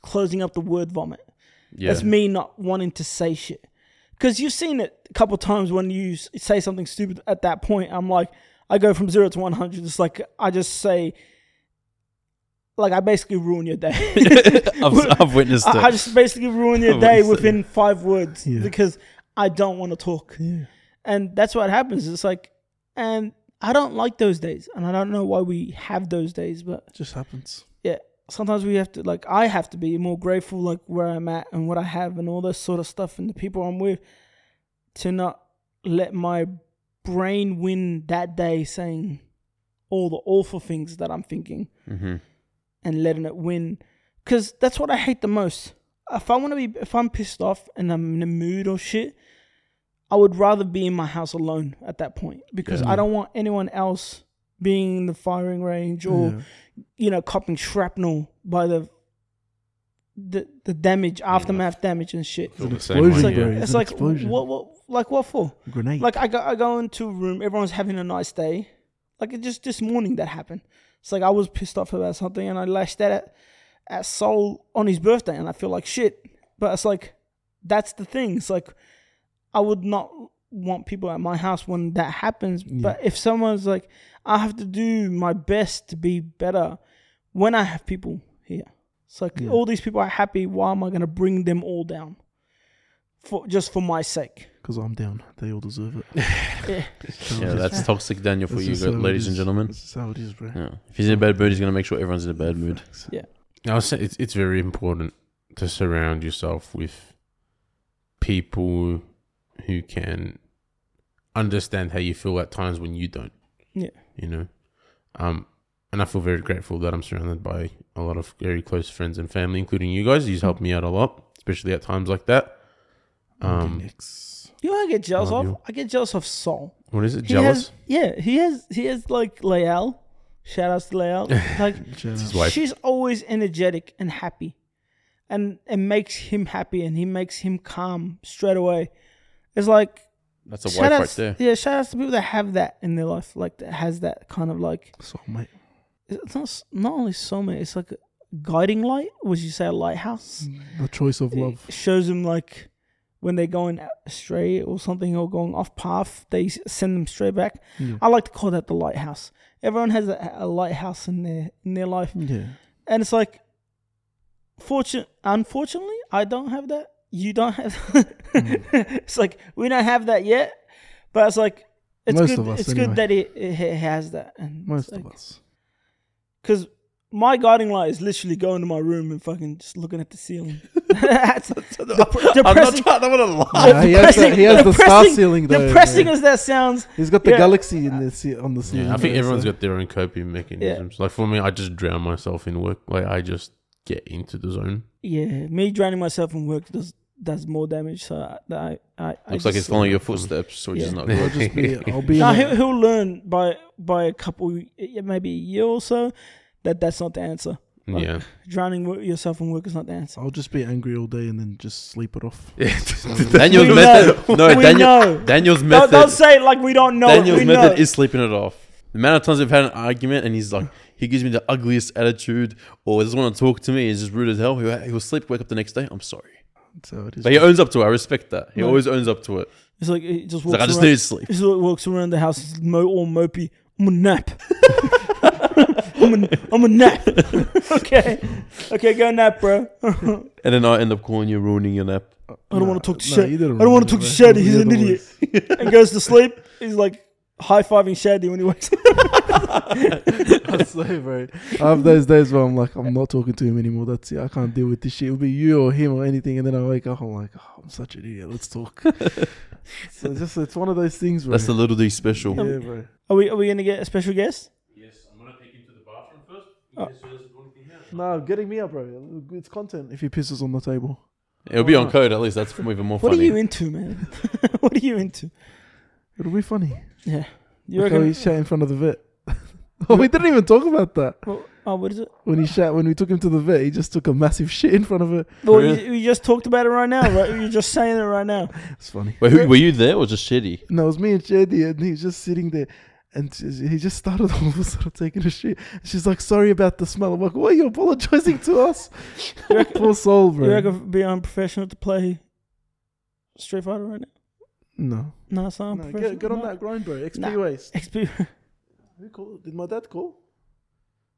closing up the word vomit. yeah, That's me not wanting to say shit. Because you've seen it a couple times when you s- say something stupid at that point. I'm like, I go from zero to 100. It's like, I just say, like, I basically ruin your day. I've, I've witnessed it. I, I just basically ruin your I've day witnessed it. within five words Yeah. because I don't want to talk Yeah. and that's what happens it's like and i don't like those days and i don't know why we have those days but It just happens. yeah sometimes we have to like i have to be more grateful like where i'm at and what i have and all this sort of stuff and the people i'm with to not let my brain win that day saying all the awful things that i'm thinking mm-hmm. and letting it win because that's what I hate the most. If I want to be, if I'm pissed off and I'm in a mood or shit, I would rather be in my house alone at that point because Yeah. I don't want anyone else being in the firing range or Yeah. you know copping shrapnel by the the the damage aftermath damage and shit. Feel the same It's explosion, way, like, bro. yeah. It's it's an like explosion. what what like what for? Grenade. Like I go, I go into a room, everyone's having a nice day. Like it just this morning that happened. It's like I was pissed off about something and I lashed that at, at Sol on his birthday and I feel like shit. But it's like that's the thing. It's like I would not want people at my house when that happens. Yeah. But if someone's like, I have to do my best to be better when I have people here. It's like Yeah. all these people are happy. Why am I gonna bring them all down? For just for my sake. Because I'm down. They all deserve it. Yeah. yeah, that's toxic Daniel for This you, is how it ladies and is. gentlemen. This is how it is, bro. Yeah. If he's in a bad mood, he's gonna make sure everyone's in a bad mood. Facts. I would say it's, it's very important to surround yourself with people who can understand how you feel at times when you don't. Yeah. You know? Um, and I feel very grateful that I'm surrounded by a lot of very close friends and family, including you guys. You've helped me out a lot, especially at times like that. Um, Next. You know what I get jealous Love of? you. I get jealous of Sol. What is it? He Jealous? Has, yeah, he has he has like Leal. Shout outs to Leal. Like Shout out. his wife. she's always energetic and happy. And it makes him happy and he makes him calm straight away. It's like That's a shout wife right outs, there. Yeah, shout outs to people that have that in their life, like that has that kind of like So, mate. it's not s- not only soulmate, it's like guiding light. Would you say a lighthouse? The choice of love. It shows them like when they're going astray or something or going off path, they s- send them straight back. Yeah. I like to call that the lighthouse. Everyone has a, a lighthouse in their in their life, Yeah. and it's like, fortune. Unfortunately, I don't have that. You don't have. Mm. it's like we don't have that yet, but it's like it's Most good. of us, it's anyway. good that it, it ha- has that. And Most of us. because my guiding light is literally going to my room and fucking just looking at the ceiling. That's dep- I'm not depressing. trying. I want to lie. Yeah, he has the- he has the star Oh, depressing- ceiling though, Depressing man. as that sounds, He's got the Yeah. galaxy in the sea, on the ceiling. Yeah, I think there, everyone's so- got their own coping mechanisms. Like for me, I just drown myself in work. Like I just get into the zone. yeah, me drowning myself in work does does more damage. So I, I, I I Looks like it's just- following your footsteps, which is Yeah. not I'll good. just be. I'll be. Nah, in he'll, a- he'll learn by by a couple, yeah, maybe a year or so, that that's not the answer. Like, yeah, Drowning wo- yourself in work is not the answer. I'll just be angry all day and then just sleep it off. Daniel's We method. No, we Daniel, know. Daniel's Don't, don't method. say it like we don't know. it. Daniel's we method know. is sleeping it off. The amount of times we've had an argument and he's like, he gives me the ugliest attitude or doesn't want to talk to me. He's just rude as hell. He'll, he'll sleep, wake up the next day. I'm sorry. So it is. But he owns up to it. I respect that. He No. always owns up to it. It's like it just He's walks like, I just around. need sleep. He's like walks around the house, he's mo- all mopey. I'm a nap. I'm a, I'm a nap. okay, okay, go nap, bro. I don't And then I end up calling you, ruining your nap. don't Nah, wanna talk to nah, Shad- you didn't I don't wanna ruin talk it, to man. Shady, he's You're an the idiot. worst. And goes to sleep. He's like high fiving Shady when he wakes up. I'm sorry, bro. I have those days where I'm like, I'm not talking to him anymore. That's it. I can't deal with this shit. It'll be you or him or anything. And then I wake up, I'm like, oh, I'm such an idiot. Let's talk. so it's just, it's one of those things, bro. That's the Little D special. yeah, bro. Are we are we gonna get a special guest? Yes, I'm gonna take him to the bathroom first. Oh. No, getting me up, bro. It's content if he pisses on the table. It'll be on code at least. That's even more What funny. are you into, man? what are you into? It'll be funny. Yeah, you You like how he reckon? shat in front of the vet. oh, we didn't even talk about that. Well, oh, what is it? When he shat, when we took him to the vet, he just took a massive shit in front of it. Well, Really? you, you just talked about it right now, right? You're just saying it right now. It's funny. Wait, who, were you there or just shitty? And it was me and Shady, and he was just sitting there. And he just started all of a sudden taking a shit. She's like, sorry about the smell. I'm like, why are you apologizing to us? Poor soul, You bro. reckon it'd be unprofessional to play Street Fighter right now? No. No, it's not no get, get on that grind, bro. XP Nah. waste. XP. Who called? Did my dad call?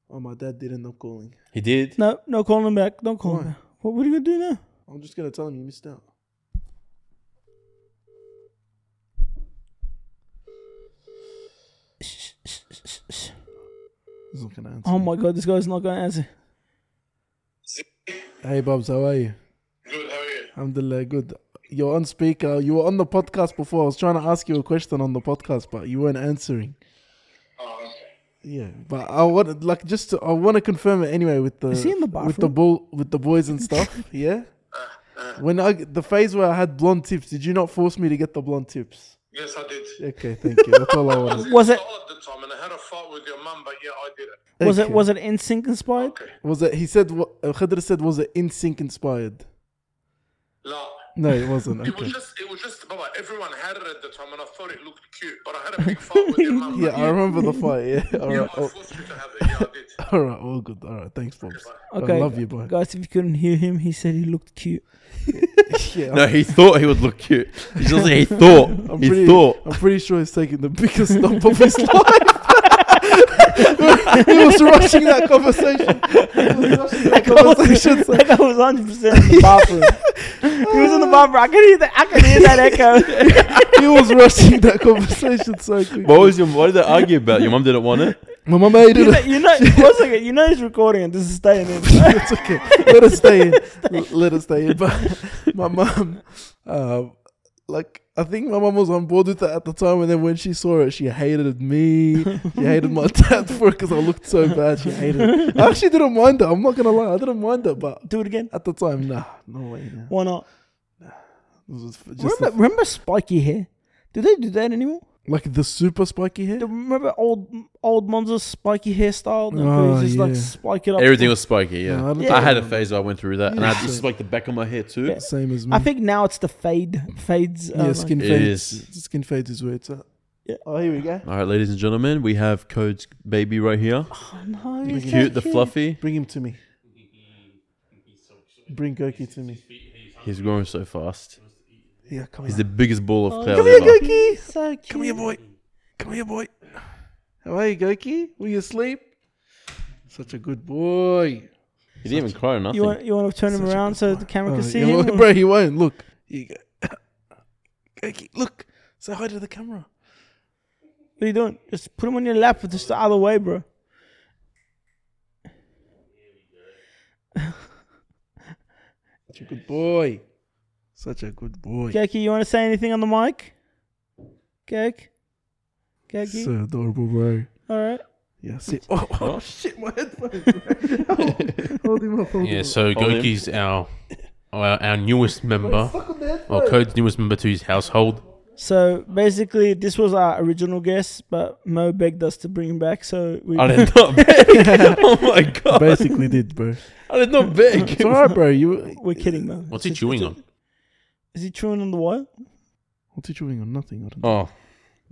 Oh, my dad did end up calling. He did. No, no, calling him back. Don't call Why? him back. What, what are you going to do now? I'm just going to tell him you missed out. He's not going to answer. Oh my god, this guy's not going to answer. Hey, Bubs, how are you? Good, how are you? Alhamdulillah, good. You're on speaker. You were on the podcast before. I was trying to ask you a question on the podcast, but you weren't answering. Oh, okay. Yeah, but I want like just to, I want to confirm it anyway with the Is he in the with the bathroom? bull with the boys and stuff. yeah. Uh, When I the phase where I had blonde tips, did you not force me to get the blonde tips? Yes, I did. Okay, thank you. That's all I wanted. Was it Solid at the time, and I had a fight with your mum, but yeah, I did it. was it Okay. was it NSYNC inspired? Okay. Was it? He said. What uh, Khadr said was it in sync inspired? No, No, it wasn't. it was Okay. just, it was just, Baba, everyone had it at the time, and I thought it looked cute, but I had a big fight with your mum. Yeah, but I remember the fight. Yeah. All yeah, right. I Oh, forced you to have it. Yeah, I did. all right. All good. All right. Thanks, Bobs. Okay, I love you, boy. guys. If you couldn't hear him, he said he looked cute. Yeah. No, he thought he would look cute. He doesn't. He thought. I'm he pretty, thought. I'm pretty sure he's taking the biggest dump of his life. he was rushing that conversation. He was rushing that conversation. so- That guy was 100 percent in the bathroom. he was in the bathroom. I could hear that. I could hear that echo. he was rushing that conversation so quick. What was your? What did they argue about? Your mum didn't want it. My mama hated you know, it. you know. One second. You know he's recording and this is staying in. it's okay. Let us stay in. L- Let us stay in. But my mum, um, like, I think my mum was on board with that at the time. And then when she saw it, she hated me. She hated my dad for it because I looked so bad. She hated it. I actually didn't mind it. I'm not going to lie. I didn't mind it. But Do it again. At the time, nah, no way. Nah. Why not? It was f- just Remember, remember spiky hair? Do they do that anymore? the- like the super spiky hair. Do you remember old old Monza's spiky hairstyle? That Oh, was just like yeah. spike it up. Everything was spiky. Yeah. No, I don't Yeah. I had a think- phase where I went through that, and I just like the back of my hair too. Yeah. Same as me. I think now it's the fade fades. Uh, yeah, like- skin It fades. is. Skin fades is where it's at. Yeah. Oh, here we go. All right, ladies and gentlemen, we have Code's baby right here. Oh, no, The it's so cute, the fluffy. Bring him to me. Bring Goki to me. He's growing so fast. Yeah, come He's here. the biggest ball Oh, of cloud Come here, ever. Goki. So cute. Come here, boy. Come here, boy. How are you, Goki? Were you asleep? Such a good boy. He didn't even cry or nothing. You want you want to turn him Such a around good so boy. the camera Oh, can see you him? won't- bro, he won't. Look. You go. Goki, look. Say hi to the camera. What are you doing? Just put him on your lap, just the other way, bro. Such a good boy. Such a good boy. Geki, you want to say anything on the mic? Gek, Geki. So adorable, bro. All right. Yeah, see. Oh, oh, shit, my headphones. bro. hold him up, hold him Yeah, up. so Hold him. Goki's our, our our newest member, Suck on the or headphones. Code's newest member to his household. So basically, this was our original guess, but Mo begged us to bring him back, so we. I did not beg. oh my god. Basically did, bro. I did not beg. It's alright, bro. You We're kidding, Mo. What's he chewing on? Is he chewing on the wire? What's he chewing on? Nothing. I don't know. Oh,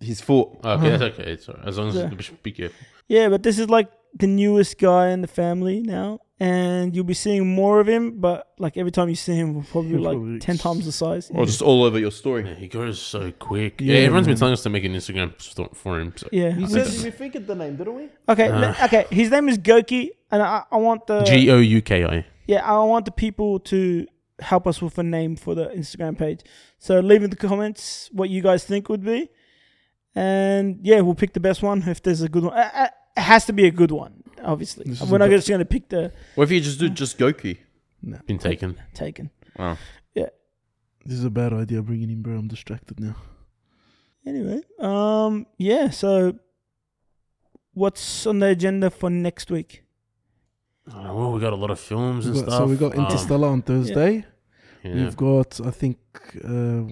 his fault. Oh, Okay, that's Uh-huh. okay. It's all right. As long as Yeah. it's be careful. Yeah, but this is like the newest guy in the family now, and you'll be seeing more of him. But like every time you see him, we're probably He'll like probably ten times the size. Or just all over your story. Yeah, he goes so quick. Yeah, Yeah, everyone's man. been telling us to make an Instagram store for him. So. Yeah. We said we figured the name, didn't we? Okay. le- okay. His name is Goki, and I, I want the G O U K I. yeah, I want the people to help us with a name for the Instagram page. So leave in the comments what you guys think would be, and yeah, we'll pick the best one if there's a good one. Uh, uh, it has to be a good one, obviously. This is We're a not good- just going to pick the What if you just do just Goku? Been taken. taken. Wow. This is a bad idea bringing him, bro. I'm distracted now. Anyway, um, yeah. So, what's on the agenda for next week? Oh, well, we got a lot of films and We got- stuff. so we got Um, Interstellar on Thursday. yeah. We've got, I think, uh,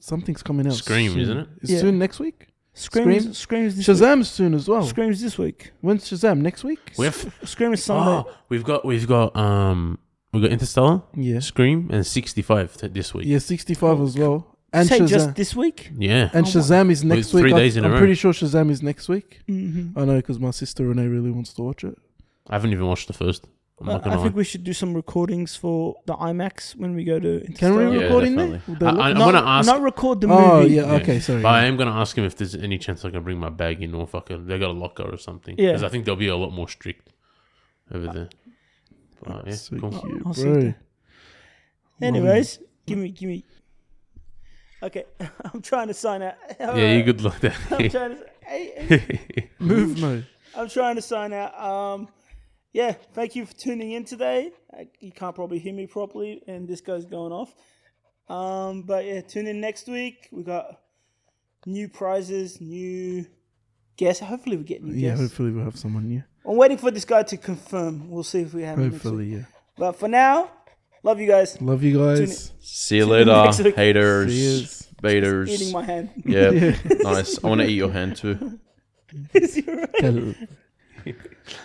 something's coming out. Scream, soon. isn't it? It's Yeah. soon next week. Screams, Scream? screams this week. Shazam's soon as well. Screams this week. When's Shazam? Next week? We have Scream is Sunday. oh, we've got we've got um we got Interstellar, yeah. Scream, and 65 t- this week. Yeah, 65 as well. And Say Shazam. just Oh, this week. Yeah. and Oh my- Shazam is next three week. I- days in a I'm row. pretty sure Shazam is next week. hmm I know because my sister Renee really wants to watch it. I haven't even watched the first. I'm Uh, not I gonna think lie. we should do some recordings for the IMAX when we go to. Can we Interstellar. Yeah, record in there? definitely. Would they I- let I- us? I'm Not- gonna ask- Not record the oh, movie. yeah, Yeah. okay, sorry. But I am gonna ask him if there's any chance I can bring my bag in or fucking they got a locker or something. Yeah. Because I think they'll be a lot more strict over there. But, yeah, so cool. cute, I'll see bro. you. Anyways, give me, give me. Okay, I'm trying to sign out. Yeah, you Alright, good luck there. I'm trying to. Hey, hey, Move, no. I'm trying to sign out. Um, yeah, thank you for tuning in today. I, you can't probably hear me properly, and this guy's going off. Um, but yeah, tune in next week. We got new prizes, new guests. Hopefully, we get new Yeah, guests. hopefully we'll have someone new. I'm waiting for this guy to confirm. We'll see if we have him next week. Hopefully, yeah. But for now, love you guys. Love you guys. See you See you later, next week. haters, See yous. Eating baiters. my hand. Yeah, Yeah. nice. I want to eat your hand too. Is he right?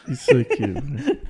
He's so cute. man.